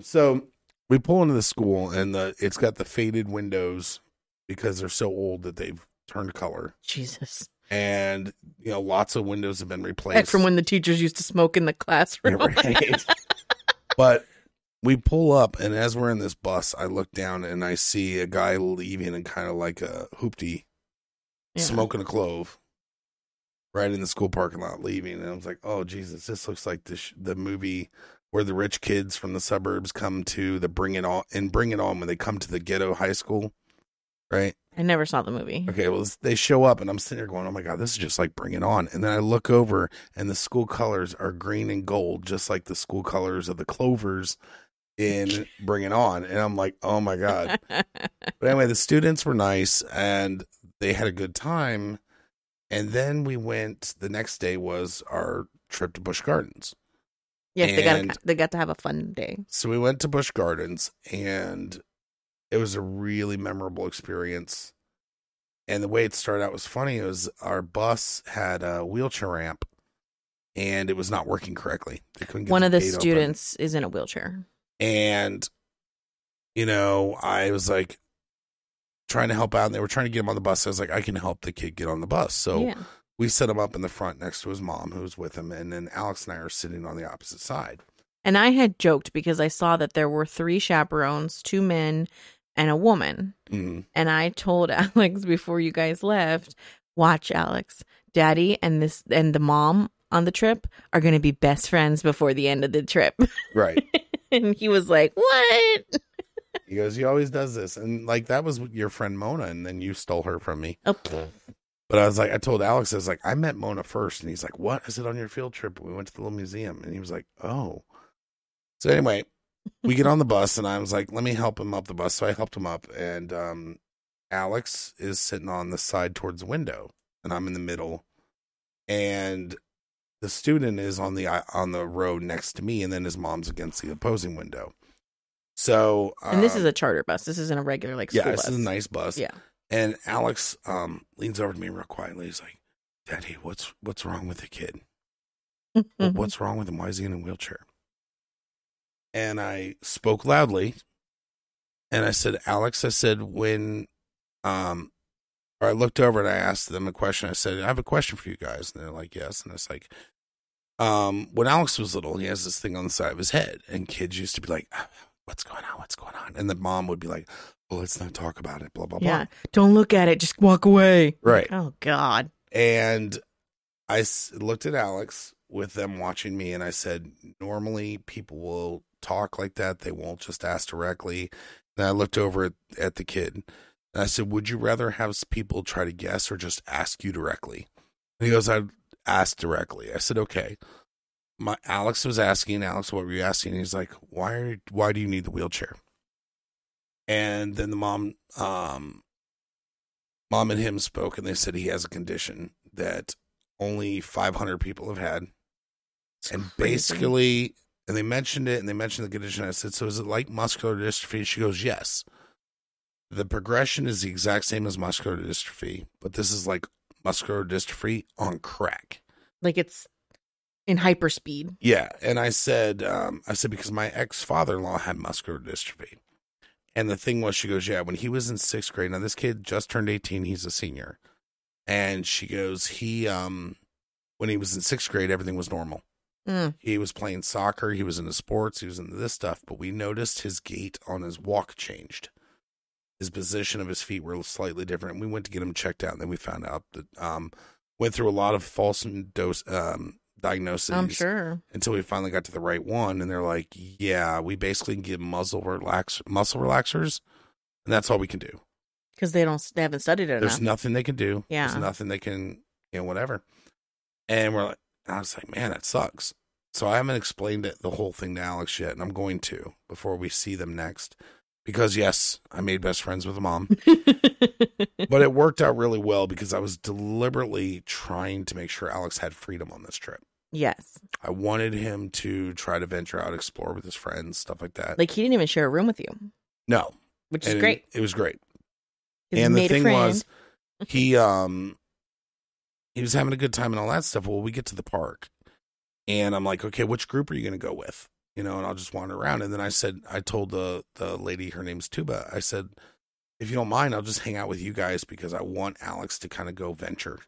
Speaker 1: so we pull into the school and the it's got the faded windows because they're so old that they've turned color.
Speaker 2: Jesus.
Speaker 1: And you know, lots of windows have been replaced.
Speaker 2: Heck, from when the teachers used to smoke in the classroom.
Speaker 1: Right. but we pull up and as we're in this bus, I look down and I see a guy leaving and kind of like a hoopty
Speaker 2: Yeah.
Speaker 1: smoking a clove right in the school parking lot leaving and i was like oh jesus this looks like the, sh- the movie where the rich kids from the suburbs come to the bring it on and bring it on when they come to the ghetto high school right
Speaker 2: I never saw the movie.
Speaker 1: okay well this- they show up and i'm sitting there going oh my god this is just like bring it on and then i look over and the school colors are green and gold just like the school colors of the clovers in bring it on and i'm like oh my god but anyway, the students were nice and they had a good time. And then we went. The next day was our trip to Busch Gardens.
Speaker 2: yes, they
Speaker 1: And-
Speaker 2: got they got to have a fun day.
Speaker 1: So we went to Busch Gardens, and it was a really memorable experience. And the way it started out was funny. It was our bus had a wheelchair ramp, and it was not working correctly. They couldn't get
Speaker 2: One of the
Speaker 1: gate open.
Speaker 2: students is in a wheelchair.
Speaker 1: and you know i was like trying to help out and they were trying to get him on the bus i was like i can help the kid get on the bus so
Speaker 2: yeah.
Speaker 1: we set him up in the front next to his mom who was with him and then alex and i are sitting on the opposite side
Speaker 2: And I had joked because I saw that there were three chaperones, two men and a woman.
Speaker 1: mm.
Speaker 2: And I told Alex before you guys left, watch Alex. Daddy and this and the mom on the trip are going to be best friends before the end of the trip.
Speaker 1: right
Speaker 2: and he was like, "What?"
Speaker 1: he goes he always does this and like that was your friend mona and then you stole her from me
Speaker 2: Oh,
Speaker 1: but i was like i told alex i was like i met mona first and he's like what i said on your field trip we went to the little museum and he was like oh so anyway we get on the bus and I was like, let me help him up the bus. So I helped him up and um Alex is sitting on the side towards the window and I'm in the middle and the student is on the uh, on the row next to me and then his mom's against the opposing window. So
Speaker 2: and this
Speaker 1: um,
Speaker 2: is a charter bus. This isn't a regular like school
Speaker 1: yeah, this
Speaker 2: bus.
Speaker 1: is a nice bus.
Speaker 2: Yeah.
Speaker 1: And Alex um leans over to me real quietly. He's like, "Daddy, what's what's wrong with the kid?" Well,
Speaker 2: Mhm.
Speaker 1: what's wrong with him? Why is he in a wheelchair? And I spoke loudly and I said, Alex, I said, when, um, or I looked over and I asked them a question. I said, I have a question for you guys. And they're like, yes. And it's like, um, when Alex was little, he has this thing on the side of his head and kids used to be like, "Ah, what's going on? What's going on? And the mom would be like, well, let's not talk about it, blah, blah, blah.
Speaker 2: Yeah. Don't look at it. Just walk away.
Speaker 1: Right.
Speaker 2: Oh God.
Speaker 1: And I s- looked at Alex with them watching me and I said, normally people will talk like that. They won't just ask directly. And I looked over at, at the kid and I said, Would you rather have s- people try to guess or just ask you directly? And he goes, I'd ask directly. I said, Okay. My Alex was asking, Alex, what were you asking? He's like, Why are you, why do you need the wheelchair? And then the mom um mom and him spoke and they said he has a condition that only 500 people have had and
Speaker 2: crazy.
Speaker 1: basically and they mentioned it and they mentioned the condition i said so is it like muscular dystrophy she goes yes the progression is the exact same as muscular dystrophy but this is like muscular dystrophy on crack
Speaker 2: Like it's in hyperspeed.
Speaker 1: yeah, and I said, um, I said because my ex father in law had muscular dystrophy, and the thing was, she goes, yeah, when he was in sixth grade. Now this kid just turned eighteen; he's a senior, and she goes, he, um, when he was in sixth grade, everything was normal.
Speaker 2: Mm.
Speaker 1: He was playing soccer, he was into sports, he was into this stuff, but we noticed his gait on his walk changed. His position of his feet were slightly different. We went to get him checked out, and then we found out that um, went through a lot of false dose um, diagnoses
Speaker 2: I'm sure.
Speaker 1: until we finally got to the right one and they're like yeah we basically give muscle relax muscle relaxers and that's all we can do
Speaker 2: Because they don't. They haven't studied it
Speaker 1: there's
Speaker 2: enough.
Speaker 1: nothing they can do
Speaker 2: Yeah.
Speaker 1: there's nothing they can you know whatever and we're like i was like man that sucks so i haven't explained it, the whole thing to alex yet and i'm going to before we see them next because yes, I made best friends with a mom, but it worked out really well because I was deliberately trying to make sure Alex had freedom on this trip.
Speaker 2: yes.
Speaker 1: I wanted him to try to venture out, explore with his friends, stuff like that.
Speaker 2: Like he didn't even share a room with you,
Speaker 1: no,
Speaker 2: which is
Speaker 1: and it-
Speaker 2: great.
Speaker 1: It, was great.
Speaker 2: 'cause you
Speaker 1: and the
Speaker 2: made a
Speaker 1: thing
Speaker 2: friend.
Speaker 1: was, he um, he was having a good time and all that stuff. Well, we get to the park, and I'm like, okay, which group are you going to go with? You know, and I'll just wander around. And then I said, I told the the lady, her name's Tuba. I said, if you don't mind, I'll just hang out with you guys because I want Alex to kind of go venture.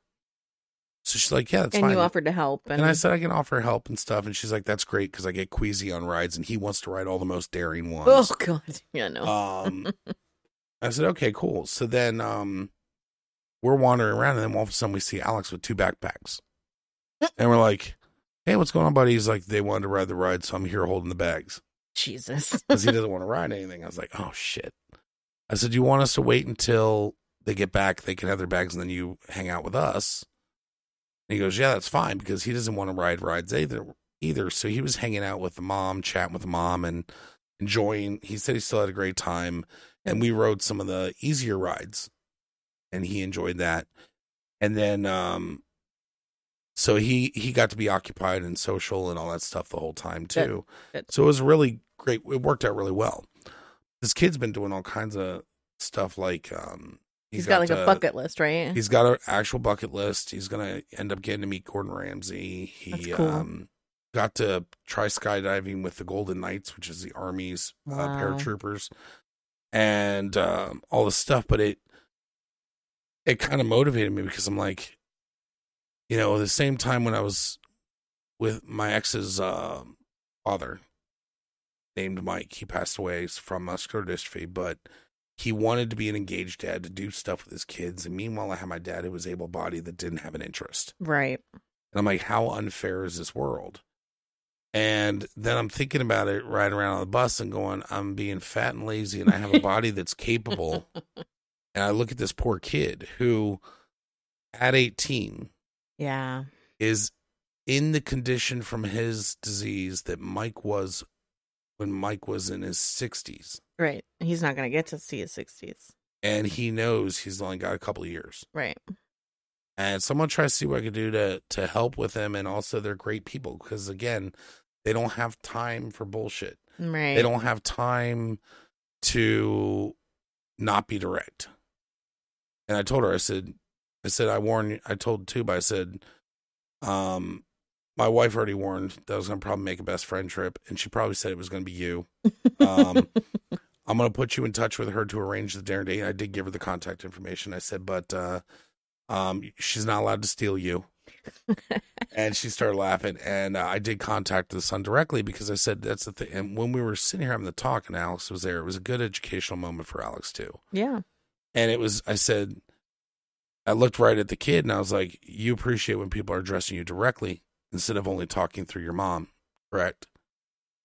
Speaker 1: So she's like, yeah, that's
Speaker 2: and
Speaker 1: fine.
Speaker 2: you offered to help, and,
Speaker 1: And I said I can offer help and stuff, and she's like, "That's great because I get queasy on rides, and he wants to ride all the most daring
Speaker 2: oh
Speaker 1: ones."
Speaker 2: god, yeah, no,
Speaker 1: Um, I said, "Okay, cool." So then, um, we're wandering around, and then all of a sudden, we see Alex with two backpacks, and we're like, "Hey, what's going on, buddy?" He's like, "They wanted to ride the ride, so I'm here holding the bags
Speaker 2: Jesus.
Speaker 1: because he doesn't want to ride anything." I was like, "Oh shit!" I said, "Do you want us to wait until they get back? They can have their bags, and then you hang out with us." And he goes, Yeah, that's fine because he doesn't want to ride rides either either. So he was hanging out with the mom, chatting with the mom and enjoying he said he still had a great time. And we rode some of the easier rides. And he enjoyed that. And then um so he he got to be occupied and social and all that stuff the whole time too.
Speaker 2: Good, good.
Speaker 1: So it was really great. It worked out really well. This kid's been doing all kinds of stuff like um
Speaker 2: he's got, like a
Speaker 1: to-
Speaker 2: bucket list, right?
Speaker 1: He's got an actual bucket list. He's gonna end up getting to meet Gordon Ramsay. He
Speaker 2: That's cool.
Speaker 1: um, got to try skydiving with the Golden Knights, which is the Army's uh,
Speaker 2: Wow.
Speaker 1: paratroopers, and um, all this stuff. But it it kind of motivated me because I'm like, you know, the same time when I was with my ex's um father, named Mike, he passed away from muscular dystrophy, but he wanted to be an engaged dad to do stuff with his kids. And meanwhile, I had my dad who was able bodied that didn't have an interest.
Speaker 2: right.
Speaker 1: And I'm like, how unfair is this world? And then I'm thinking about it riding around on the bus and going, I'm being fat and lazy and I have a body that's capable. And I look at this poor kid who, at 18,
Speaker 2: Yeah.
Speaker 1: is in the condition from his disease that Mike was when Mike was in his 60s.
Speaker 2: Right. He's not gonna get to see his sixties.
Speaker 1: And he knows he's only got a couple of years.
Speaker 2: Right.
Speaker 1: and someone tries to see what I could do to to help with them. And also, they're great people because again, they don't have time for bullshit.
Speaker 2: Right.
Speaker 1: They don't have time to not be direct. And I told her, I said, I said, I warned. you- I told Tuba, I said, um, my wife already warned that I was gonna probably make a best friend trip, and she probably said it was gonna be you. Um, I'm gonna put you in touch with her to arrange the dinner date. I did give her the contact information. I said, but uh, um, she's not allowed to steal you. and she started laughing. And uh, I did contact the son directly because I said that's the thing. And when we were sitting here having the talk, and Alex was there, it was a good educational moment for Alex too.
Speaker 2: yeah.
Speaker 1: And it was, I said, I looked right at the kid and I was like, you appreciate when people are addressing you directly instead of only talking through your mom, correct?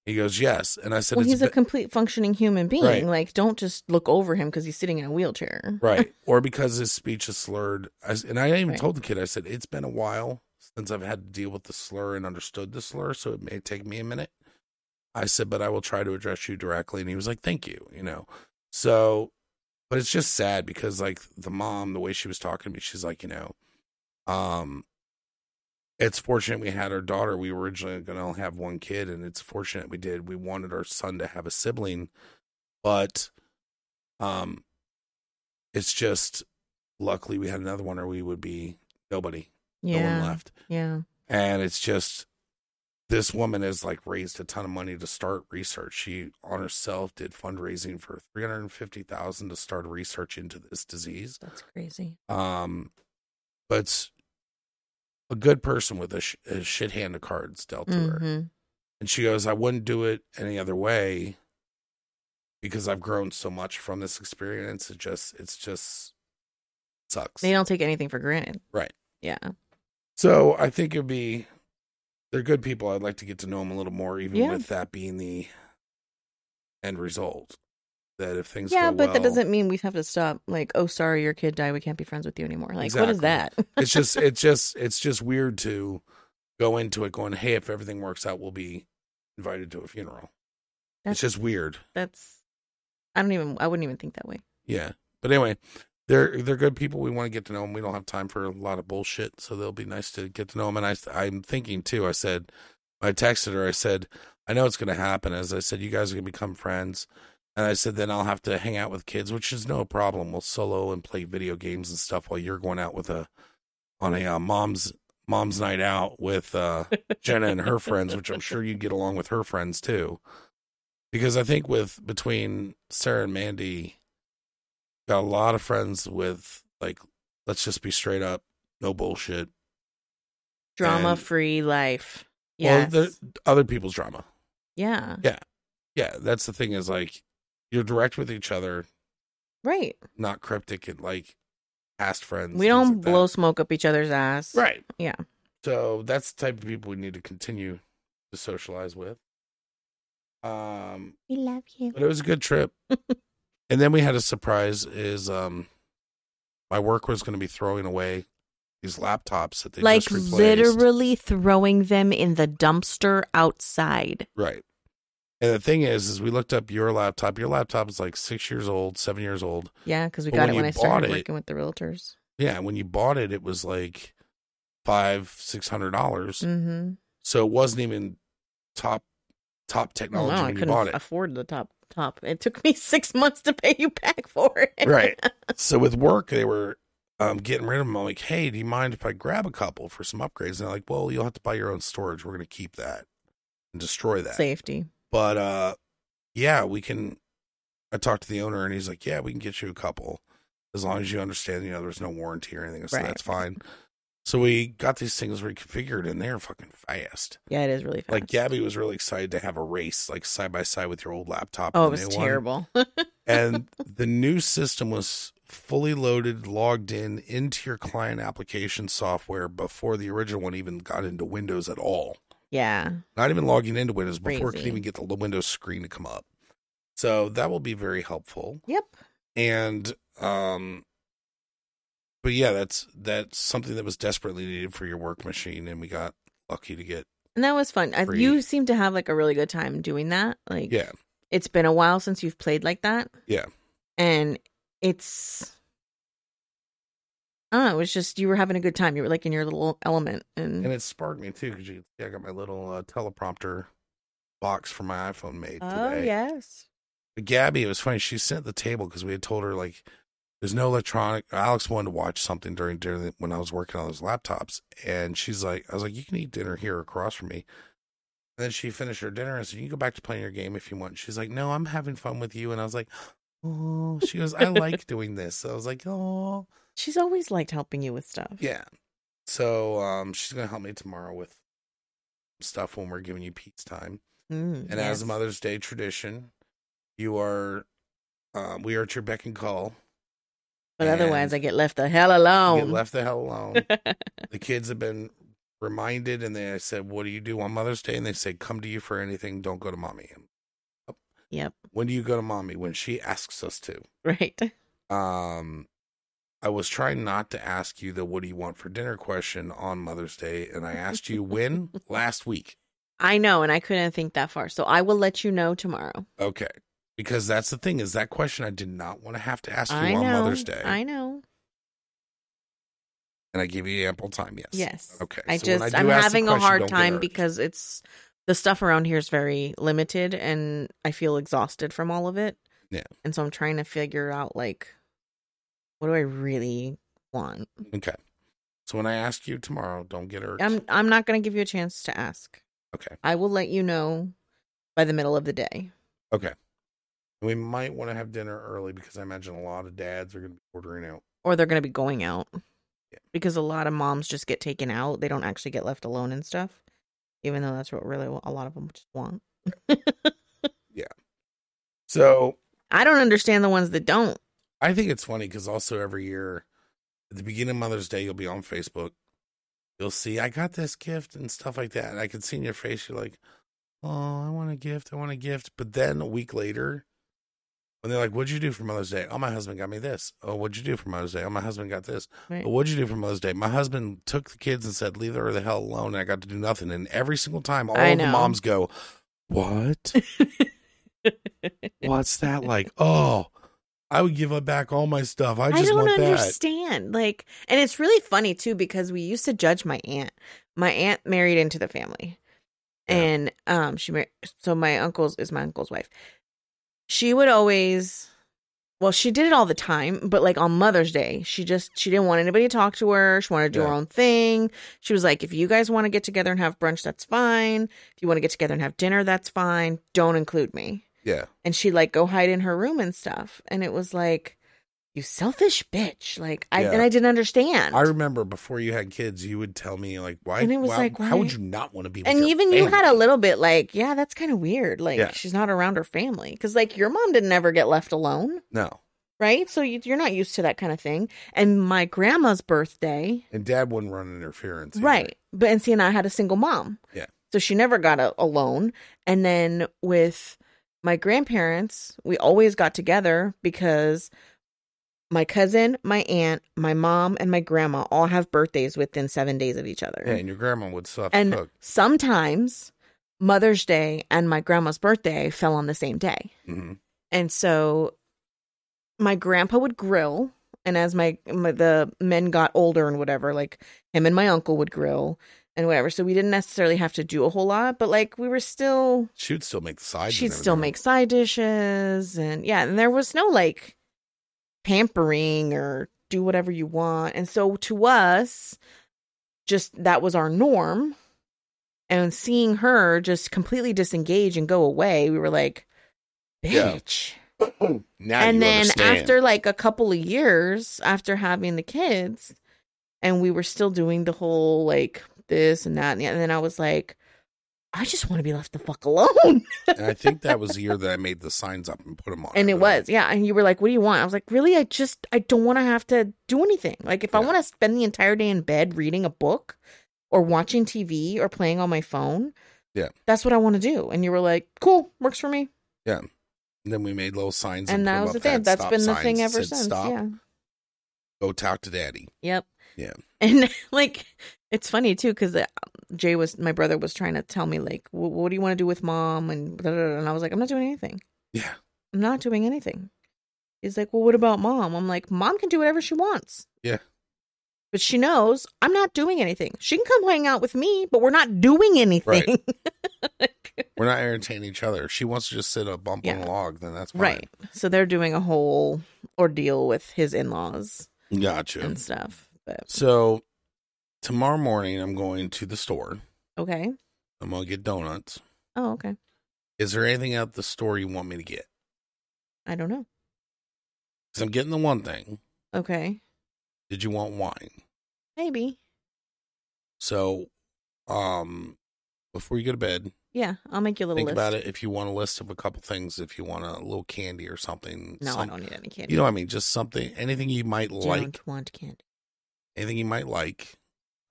Speaker 1: He goes, yes. And I said,
Speaker 2: Well,
Speaker 1: "It's
Speaker 2: he's a
Speaker 1: been-
Speaker 2: complete functioning human being.
Speaker 1: Right.
Speaker 2: Like, don't just look over him because he's sitting in a wheelchair.
Speaker 1: right or because his speech is slurred I, s- and i even
Speaker 2: Right.
Speaker 1: told the kid i said it's been a while since i've had to deal with the slur and understood the slur so it may take me a minute i said but i will try to address you directly and he was like thank you you know so but it's just sad because like the mom the way she was talking to me she's like you know um it's fortunate we had our daughter we were originally going to only have one kid and it's fortunate we did we wanted our son to have a sibling but um it's just luckily we had another one or we would be nobody no
Speaker 2: Yeah.
Speaker 1: one left
Speaker 2: Yeah.
Speaker 1: and it's just this woman has like raised a ton of money to start research she on herself did fundraising for 350000 to start research into this disease
Speaker 2: That's crazy.
Speaker 1: um but it's a good person with a, sh- a shit hand of cards dealt to her
Speaker 2: hmm
Speaker 1: and she goes, I wouldn't do it any other way because I've grown so much from this experience. It just, it's just sucks.
Speaker 2: They don't take anything for granted.
Speaker 1: Right.
Speaker 2: Yeah.
Speaker 1: So I think it'd be, they're good people. I'd like to get to know them a little more, even
Speaker 2: Yeah.
Speaker 1: with that being the end result. That if things
Speaker 2: Yeah,
Speaker 1: go
Speaker 2: but that
Speaker 1: well-
Speaker 2: doesn't mean we have to stop. Like, oh, sorry, your kid died. We can't be friends with you anymore. Like, what is that?
Speaker 1: Exactly. it's just it's just it's just weird to go into it going, hey, if everything works out, we'll be invited to a funeral.
Speaker 2: That's
Speaker 1: it's just weird.
Speaker 2: that's. I don't even. I wouldn't even think that way.
Speaker 1: Yeah. But anyway, they're they're good people. We want to get to know them. We don't have time for a lot of bullshit, so they'll be nice to get to know them. And I I'm thinking too. I said, I texted her. I said, I know it's going to happen. As I said, you guys are going to become friends. And I said, then I'll have to hang out with kids, which is no problem. We'll solo and play video games and stuff while you're going out with a on a uh, mom's mom's night out with uh, Jenna and her friends, which I'm sure you'd get along with her friends too. Because I think with between Sarah and Mandy, got a lot of friends with like let's just be straight up, no bullshit.
Speaker 2: Drama free life. Yes.
Speaker 1: Well, the, other people's drama.
Speaker 2: yeah.
Speaker 1: Yeah, that's the thing is like you're direct with each other,
Speaker 2: Right.
Speaker 1: not cryptic and like past friends.
Speaker 2: We
Speaker 1: things
Speaker 2: don't
Speaker 1: like that.
Speaker 2: blow smoke up each other's ass.
Speaker 1: Right.
Speaker 2: Yeah.
Speaker 1: So that's the type of people we need to continue to socialize with. Um,
Speaker 2: We love you.
Speaker 1: but it was a good trip. and then we had a surprise is um my work was going to be throwing away these laptops that they
Speaker 2: like
Speaker 1: just replaced.
Speaker 2: literally throwing them in the dumpster outside.
Speaker 1: Right. And the thing is is we looked up your laptop. Your laptop is like 6 years old, 7 years old.
Speaker 2: Yeah, because we
Speaker 1: But
Speaker 2: got
Speaker 1: when
Speaker 2: it when
Speaker 1: you
Speaker 2: I
Speaker 1: bought
Speaker 2: started
Speaker 1: it-
Speaker 2: working with the realtors.
Speaker 1: Yeah, when you bought it, it was like five, six hundred dollars.
Speaker 2: Mm-hmm.
Speaker 1: So it wasn't even top top
Speaker 2: Oh,
Speaker 1: technology
Speaker 2: wow, I
Speaker 1: when you bought
Speaker 2: couldn't
Speaker 1: it.
Speaker 2: afford the top top. It took me six months to pay you back for it.
Speaker 1: Right. so with work, they were um, getting rid of them. I'm like, hey, do you mind if I grab a couple for some upgrades? And they're like, well, you'll have to buy your own storage. We're going to keep that and destroy that.
Speaker 2: Safety.
Speaker 1: But uh, yeah, we can. I talked to the owner, and he's like, yeah, we can get you a couple as long as you understand, you know, there's no warranty or anything. So
Speaker 2: Right.
Speaker 1: that's fine. So we got these things reconfigured, and they're fucking fast.
Speaker 2: Yeah, it is really fast.
Speaker 1: Like Gabby was really excited to have a race, like side by side with your old laptop.
Speaker 2: Oh, it
Speaker 1: and the
Speaker 2: was
Speaker 1: new one.
Speaker 2: terrible.
Speaker 1: And the new system was fully loaded, logged in into your client application software before the original one even got into Windows at all.
Speaker 2: yeah.
Speaker 1: Not even logging into Windows before it could
Speaker 2: Crazy.
Speaker 1: even get the Windows screen to come up. So that will be very helpful.
Speaker 2: Yep.
Speaker 1: And um but yeah, that's that's something that was desperately needed for your work machine and we got lucky to get
Speaker 2: And that was fun. I,
Speaker 1: Free.
Speaker 2: you seem to have like a really good time doing that. Like,
Speaker 1: Yeah.
Speaker 2: it's been a while since you've played like that.
Speaker 1: Yeah.
Speaker 2: And it's, I don't know, it was just you were having a good time. You were like in your little element. And,
Speaker 1: And it sparked me too because you I got my little uh, teleprompter box for my iPhone made
Speaker 2: oh,
Speaker 1: today.
Speaker 2: yes.
Speaker 1: But Gabby, it was funny. She sent the table because we had told her like, there's no electronic. Alex wanted to watch something during dinner when I was working on those laptops, and she's like, I was like, you can eat dinner here across from me. And then she finished her dinner and said, you can go back to playing your game if you want. She's like, no, I'm having fun with you. And I was like, oh. She goes, I like doing this. So I was like, oh.
Speaker 2: She's always liked helping you with stuff.
Speaker 1: Yeah. So um, she's gonna help me tomorrow with stuff when we're giving you Pete's time.
Speaker 2: Mm,
Speaker 1: And as
Speaker 2: yes.
Speaker 1: a Mother's Day tradition, you are um, we are at your beck and call.
Speaker 2: But otherwise,
Speaker 1: and
Speaker 2: I get left the hell
Speaker 1: You
Speaker 2: alone.
Speaker 1: get left the hell alone. the kids have been reminded, and they I said, "What do you do on Mother's Day?" And they say, "Come to you for anything. Don't go to mommy."
Speaker 2: Yep.
Speaker 1: When do you go to mommy? When she asks us to.
Speaker 2: Right.
Speaker 1: um I was trying not to ask you the what do you want for dinner question on Mother's Day and I asked you when last week.
Speaker 2: I know. And I couldn't think that far. So I will let you know tomorrow.
Speaker 1: Okay. Because that's the thing is that question I did not want to have to ask you
Speaker 2: I
Speaker 1: on
Speaker 2: know.
Speaker 1: Mother's Day.
Speaker 2: I know.
Speaker 1: And I gave you ample time, yes.
Speaker 2: Yes.
Speaker 1: Okay,
Speaker 2: I
Speaker 1: so when I
Speaker 2: just
Speaker 1: do
Speaker 2: I'm
Speaker 1: ask the
Speaker 2: having a
Speaker 1: question,
Speaker 2: hard
Speaker 1: don't get
Speaker 2: time
Speaker 1: irked.
Speaker 2: because it's the stuff around here is very limited and I feel exhausted from all of it.
Speaker 1: Yeah.
Speaker 2: And so I'm trying to figure out like what do I really want?
Speaker 1: Okay. So when I ask you tomorrow, don't get irked.
Speaker 2: I'm I'm not going to give you a chance to ask.
Speaker 1: okay.
Speaker 2: I will let you know by the middle of the day.
Speaker 1: Okay. We might want to have dinner early because I imagine a lot of dads are going to be ordering out.
Speaker 2: Or they're going to be going out.
Speaker 1: Yeah.
Speaker 2: Because a lot of moms just get taken out. They don't actually get left alone and stuff. Even though that's what really a lot of them just want.
Speaker 1: So
Speaker 2: I don't understand the ones that don't.
Speaker 1: I think it's funny because also every year at the beginning of Mother's Day, you'll be on Facebook. You'll see, I got this gift and stuff like that. And I can see in your face, you're like, oh, I want a gift. I want a gift. But then a week later, when they're like, what'd you do for Mother's Day? Oh, my husband got me this. Oh, what'd you do for Mother's Day? Oh, my husband got this.
Speaker 2: Right.
Speaker 1: "Oh, what'd you do for Mother's Day? My husband took the kids and said, leave her the hell alone. And I got to do nothing. And every single time, all
Speaker 2: I
Speaker 1: of the
Speaker 2: know.
Speaker 1: moms go, what? What's that like? Oh, I would give back all my stuff. I
Speaker 2: I
Speaker 1: just
Speaker 2: don't
Speaker 1: want that.
Speaker 2: understand. Like, and it's really funny too because we used to judge my aunt. My aunt married into the family,
Speaker 1: Yeah.
Speaker 2: and um, she mar- so my uncle's is my uncle's wife. She would always, well, she did it all the time, but like on Mother's Day, she just she didn't want anybody to talk to her. She wanted to do her
Speaker 1: Yeah.
Speaker 2: own thing. She was like, if you guys want to get together and have brunch, that's fine. If you want to get together and have dinner, that's fine. Don't include me
Speaker 1: Yeah.
Speaker 2: and she'd like go hide in her room and stuff and it was like you selfish bitch like i
Speaker 1: Yeah.
Speaker 2: and i didn't understand
Speaker 1: I remember before you had kids, you would tell me like, why?
Speaker 2: uh, And it was
Speaker 1: why-
Speaker 2: like,
Speaker 1: how would
Speaker 2: why-
Speaker 1: you not want to be? With
Speaker 2: and
Speaker 1: your
Speaker 2: even you had a
Speaker 1: family?
Speaker 2: little bit like yeah that's kind of weird like
Speaker 1: Yeah.
Speaker 2: she's not around her family because like your mom didn't ever get left alone
Speaker 1: no.
Speaker 2: right so you, you're not used to that kind of thing and my grandma's birthday
Speaker 1: And dad wouldn't run interference. either.
Speaker 2: Right. But and see, and I had a single mom.
Speaker 1: Yeah.
Speaker 2: So she never got a, alone. And then with my grandparents, we always got together because my cousin, my aunt, my mom, and my grandma all have birthdays within seven days of each other.
Speaker 1: Yeah, and your grandma would still have
Speaker 2: And
Speaker 1: to cook.
Speaker 2: sometimes Mother's Day and my grandma's birthday fell on the same day.
Speaker 1: hmm
Speaker 2: And so my grandpa would grill. And as my, my the men got older and whatever, like him and my uncle would grill and whatever. So we didn't necessarily have to do a whole lot, but like we were still,
Speaker 1: She would still make sides. and
Speaker 2: she'd still
Speaker 1: everything.
Speaker 2: make side dishes. And yeah, and there was no like pampering or do whatever you want. And so to us, just that was our norm. And seeing her just completely disengage and go away, we were like,
Speaker 1: Yeah.
Speaker 2: bitch
Speaker 1: Now you
Speaker 2: and then
Speaker 1: understand.
Speaker 2: after like a couple of years after having the kids and we were still doing the whole like this and that and, the, and then i was like i just want to be left the fuck alone
Speaker 1: And I think that was the year that I made the signs up and put them on.
Speaker 2: and it
Speaker 1: everything.
Speaker 2: was yeah and you were like what do you want i was like really i just i don't want to have to do anything like if i
Speaker 1: Yeah.
Speaker 2: want to spend the entire day in bed reading a book or watching tv or playing on my phone
Speaker 1: Yeah.
Speaker 2: that's what i want to do and you were like cool works for me
Speaker 1: And then we made little signs,
Speaker 2: and that was the thing
Speaker 1: That's
Speaker 2: that's been the thing ever since
Speaker 1: Stop.
Speaker 2: yeah
Speaker 1: Go talk to daddy.
Speaker 2: Yep.
Speaker 1: Yeah.
Speaker 2: And like, it's funny too because Jay was my brother was trying to tell me like, "Wh- what do you want to do with mom? And blah, blah, blah. and I was like, I'm not doing anything.
Speaker 1: Yeah.
Speaker 2: I'm not doing anything. He's like, well, what about mom? I'm like, mom can do whatever she wants.
Speaker 1: Yeah.
Speaker 2: But she knows I'm not doing anything. She can come hang out with me, but we're not doing anything.
Speaker 1: We're not entertaining each other. If she wants to just sit a bump on
Speaker 2: Yeah.
Speaker 1: a log, then that's fine.
Speaker 2: right. So they're doing a whole ordeal with his in laws
Speaker 1: Gotcha.
Speaker 2: and stuff. But
Speaker 1: So tomorrow morning, I'm going to the store.
Speaker 2: okay.
Speaker 1: I'm gonna get donuts.
Speaker 2: Oh, okay.
Speaker 1: Is there anything at the store you want me to get?
Speaker 2: I don't know.
Speaker 1: Because I'm getting the one thing.
Speaker 2: Okay.
Speaker 1: Did you want wine?
Speaker 2: Maybe.
Speaker 1: So, um, before you go to bed,
Speaker 2: Yeah, I'll make you a little
Speaker 1: think
Speaker 2: list.
Speaker 1: about it. If you want a list of a couple things, if you want a little candy or something,
Speaker 2: No, I
Speaker 1: some-
Speaker 2: don't need any candy.
Speaker 1: You know what I mean? Just something, anything you might like,
Speaker 2: don't want candy.
Speaker 1: anything you might like.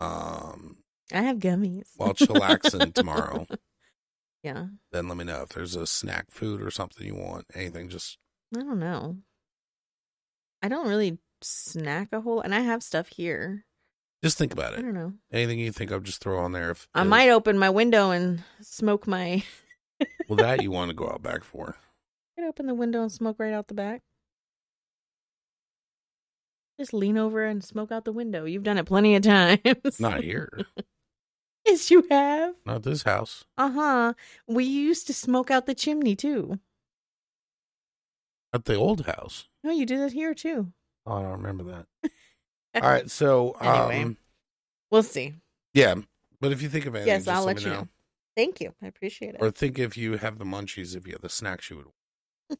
Speaker 1: Um,
Speaker 2: I have gummies.
Speaker 1: while chillaxing tomorrow,
Speaker 2: Yeah,
Speaker 1: then let me know if there's a snack food or something you want. Anything, just
Speaker 2: I don't know. I don't really snack a whole, and I have stuff here.
Speaker 1: just think about
Speaker 2: I
Speaker 1: it.
Speaker 2: don't know.
Speaker 1: Anything you think of, just throw on there. If
Speaker 2: Mm. I
Speaker 1: if-
Speaker 2: might open my window and smoke my.
Speaker 1: Well, that you want to go out back for.
Speaker 2: I could open the window and smoke right out the back. Just lean over and smoke out the window. You've done it plenty of times.
Speaker 1: Not here,
Speaker 2: yes, you have.
Speaker 1: not this house.
Speaker 2: Uh huh. We used to smoke out the chimney too.
Speaker 1: At the old house.
Speaker 2: No, you did it here too.
Speaker 1: Oh, I don't remember that. All right, so um,
Speaker 2: Anyway. We'll see.
Speaker 1: yeah. But if you think of anything,
Speaker 2: Yes,
Speaker 1: just
Speaker 2: I'll
Speaker 1: me
Speaker 2: let you know. Thank you. I appreciate it.
Speaker 1: Or think if you have the munchies, if you have the snacks you would.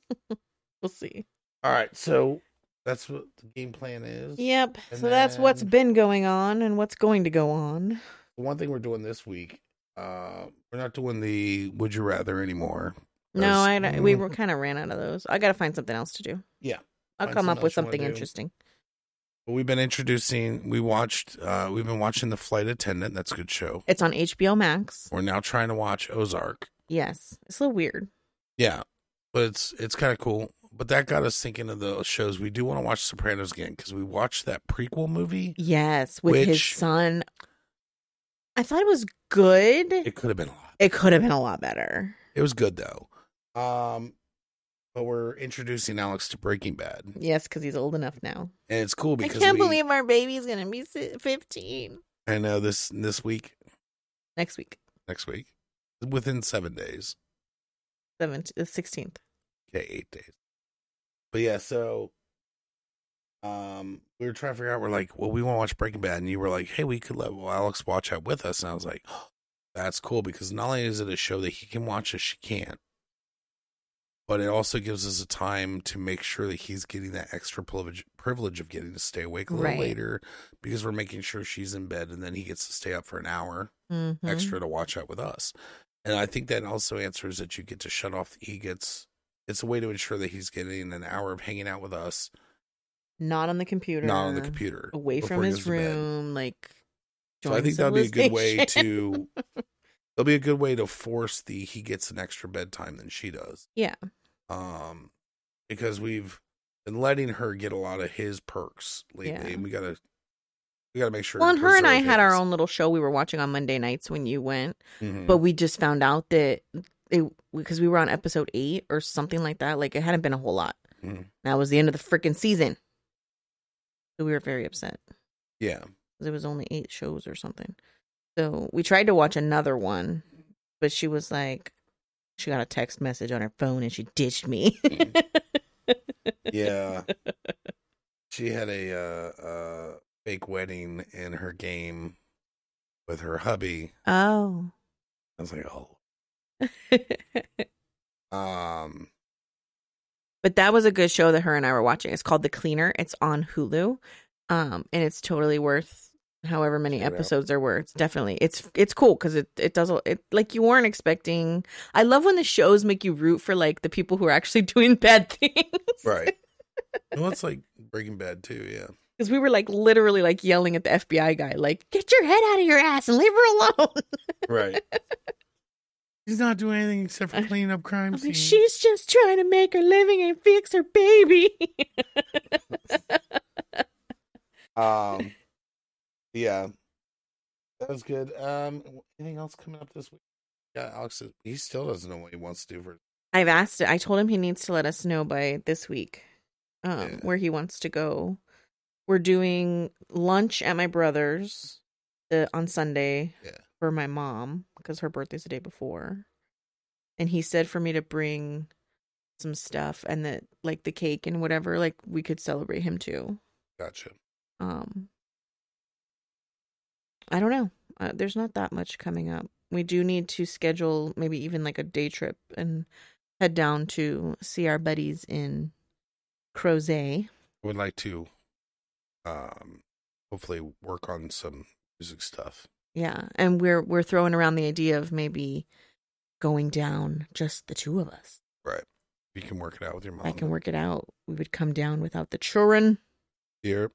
Speaker 2: We'll see.
Speaker 1: All right, so that's what the game plan is.
Speaker 2: Yep.
Speaker 1: And
Speaker 2: so that's what's
Speaker 1: then-
Speaker 2: been going on and what's going to go on.
Speaker 1: The one thing we're doing this week, uh, we're not doing the would you rather anymore. Mm-hmm.
Speaker 2: No,
Speaker 1: There's-
Speaker 2: I don't- we were kind of ran out of those. I got to find something else to do.
Speaker 1: Yeah.
Speaker 2: I'll
Speaker 1: Find
Speaker 2: come up
Speaker 1: something else you
Speaker 2: with
Speaker 1: wanna
Speaker 2: something
Speaker 1: do.
Speaker 2: interesting.
Speaker 1: But we've been introducing. We watched. Uh, we've been watching the flight attendant. That's a good show.
Speaker 2: It's on HBO Max.
Speaker 1: We're now trying to watch Ozark.
Speaker 2: Yes. It's a little weird.
Speaker 1: Yeah, but it's it's kind of cool. But that got us thinking of the shows we do want to watch Sopranos again because we watched that prequel movie.
Speaker 2: Yes, with his
Speaker 1: Which-
Speaker 2: son. I thought it was good.
Speaker 1: It could have been a lot.
Speaker 2: It could have been a lot better.
Speaker 1: It was good though. Um, But we're introducing Alex to Breaking Bad, and
Speaker 2: Yes, because he's old enough now.
Speaker 1: it's cool
Speaker 2: I
Speaker 1: because
Speaker 2: can't
Speaker 1: we-
Speaker 2: believe our baby's gonna be si- fifteen
Speaker 1: I know this this week,
Speaker 2: next week,
Speaker 1: next week, within seven days.
Speaker 2: seventeenth, sixteenth.
Speaker 1: Okay, eight days. But yeah, so um we were trying to figure out we're like, well, we want to watch Breaking Bad, and you were like, hey, we could let Alex watch that with us, and I was like, oh, that's cool because not only is it a show that he can watch as she can't, but it also gives us a time to make sure that he's getting that extra privilege privilege of getting to stay awake a little
Speaker 2: Right.
Speaker 1: later because we're making sure she's in bed, and then he gets to stay up for an hour
Speaker 2: Mm-hmm.
Speaker 1: extra to watch out with us. And I think that also answers that you get to shut off. He gets it's a way to ensure that he's getting an hour of hanging out with us,
Speaker 2: Not on the computer.
Speaker 1: not on the computer,
Speaker 2: Away
Speaker 1: before
Speaker 2: from
Speaker 1: he
Speaker 2: his
Speaker 1: goes to bed.
Speaker 2: room, like.
Speaker 1: So I
Speaker 2: join
Speaker 1: think that'd be a good way
Speaker 2: civilization.
Speaker 1: to. That'll be a good way to force the he gets an extra bedtime than she does.
Speaker 2: Yeah.
Speaker 1: Um, because we've been letting her get a lot of his perks lately,
Speaker 2: Yeah.
Speaker 1: and we gotta we gotta make sure.
Speaker 2: Well, and her and I
Speaker 1: preserve
Speaker 2: had our
Speaker 1: his.
Speaker 2: own little show we were watching on Monday nights when you went,
Speaker 1: Mhm.
Speaker 2: but we just found out that it because we were on episode eight or something like that. Like it hadn't been a whole lot.
Speaker 1: Mhm.
Speaker 2: That was the end of the freaking season. So we were very upset.
Speaker 1: yeah,
Speaker 2: 'cause It was only eight shows or something. So we tried to watch another one, but she was like, she got a text message on her phone and she ditched me.
Speaker 1: yeah. she had a uh, uh, fake wedding in her game with her hubby.
Speaker 2: oh.
Speaker 1: I was like, oh. Um,
Speaker 2: But that was a good show that her and I were watching. It's called The Cleaner. It's on Hulu, um, and it's totally worth however many
Speaker 1: Check it out.
Speaker 2: episodes there were. It's definitely it's it's cool because it it does a- it like you weren't expecting. I love when the shows make you root for like the people who are actually doing bad things.
Speaker 1: right. well, it's like Breaking Bad too. Yeah.
Speaker 2: Because we were like literally like yelling at the FBI guy, like get your head out of your ass and leave her alone.
Speaker 1: Right. He's not doing anything except for cleaning up crime
Speaker 2: I'm like,
Speaker 1: scenes.
Speaker 2: she's just trying to make her living and fix her baby.
Speaker 1: Um, yeah, that was good. Um, anything else coming up this week? Yeah, Alex, is- he still doesn't know what he wants to do for.
Speaker 2: I've asked it. I told him he needs to let us know by this week um,
Speaker 1: Yeah.
Speaker 2: where he wants to go. We're doing lunch at my brother's uh, on Sunday
Speaker 1: Yeah.
Speaker 2: for my mom because her birthday's the day before. And he said for me to bring some stuff and that, like, the cake and whatever, like, we could celebrate him too.
Speaker 1: Gotcha.
Speaker 2: Um, I don't know. Uh, there's not that much coming up. We do need to schedule maybe even like a day trip and head down to see our buddies in Crozet.
Speaker 1: I would like to um hopefully work on some music stuff.
Speaker 2: Yeah, and we're we're throwing around the idea of maybe going down just the two of us.
Speaker 1: You can work it out with your mom.
Speaker 2: I can work it out. We would come down without the children
Speaker 1: here.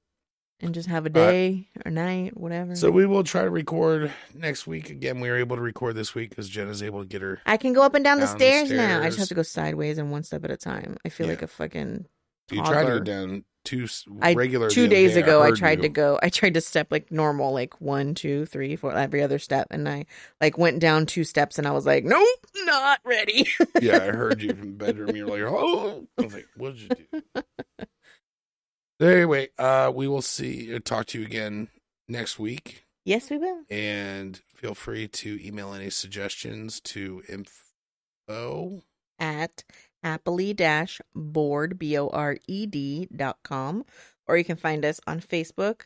Speaker 2: and just have a
Speaker 1: All right.
Speaker 2: day or night, whatever.
Speaker 1: So we will try to record next week. Again, we were able to record this week because Jen is able to get her
Speaker 2: I can go up and down, the
Speaker 1: Down the
Speaker 2: stairs now. I just
Speaker 1: stairs.
Speaker 2: have to go sideways and one step at a time. I feel
Speaker 1: Yeah.
Speaker 2: like a fucking
Speaker 1: you tried to
Speaker 2: Toddler.
Speaker 1: go down two s-
Speaker 2: I-
Speaker 1: regular the
Speaker 2: two
Speaker 1: other
Speaker 2: days
Speaker 1: day.
Speaker 2: ago i
Speaker 1: heard
Speaker 2: tried
Speaker 1: you.
Speaker 2: to go i tried to step like normal like one two three four every other step and i like went down two steps and i was like nope not ready
Speaker 1: yeah, I heard you from the bedroom. You're like, oh, I was like, what did you do? So anyway, uh, we will see. Talk to you again next week.
Speaker 2: yes we will
Speaker 1: and feel free to email any suggestions to info
Speaker 2: at happily dash board b-o-r-e-d E dot com or you can find us on facebook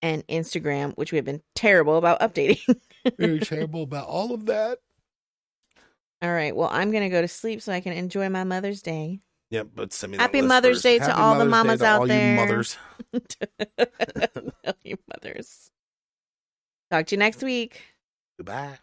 Speaker 2: and instagram which we have been terrible about updating
Speaker 1: very terrible about all of that
Speaker 2: all right well i'm gonna go to sleep so i can enjoy my mother's day
Speaker 1: yep but send me
Speaker 2: Happy Mother's Day to all the mamas out there.
Speaker 1: mothers
Speaker 2: Tell your mothers talk to you next week
Speaker 1: goodbye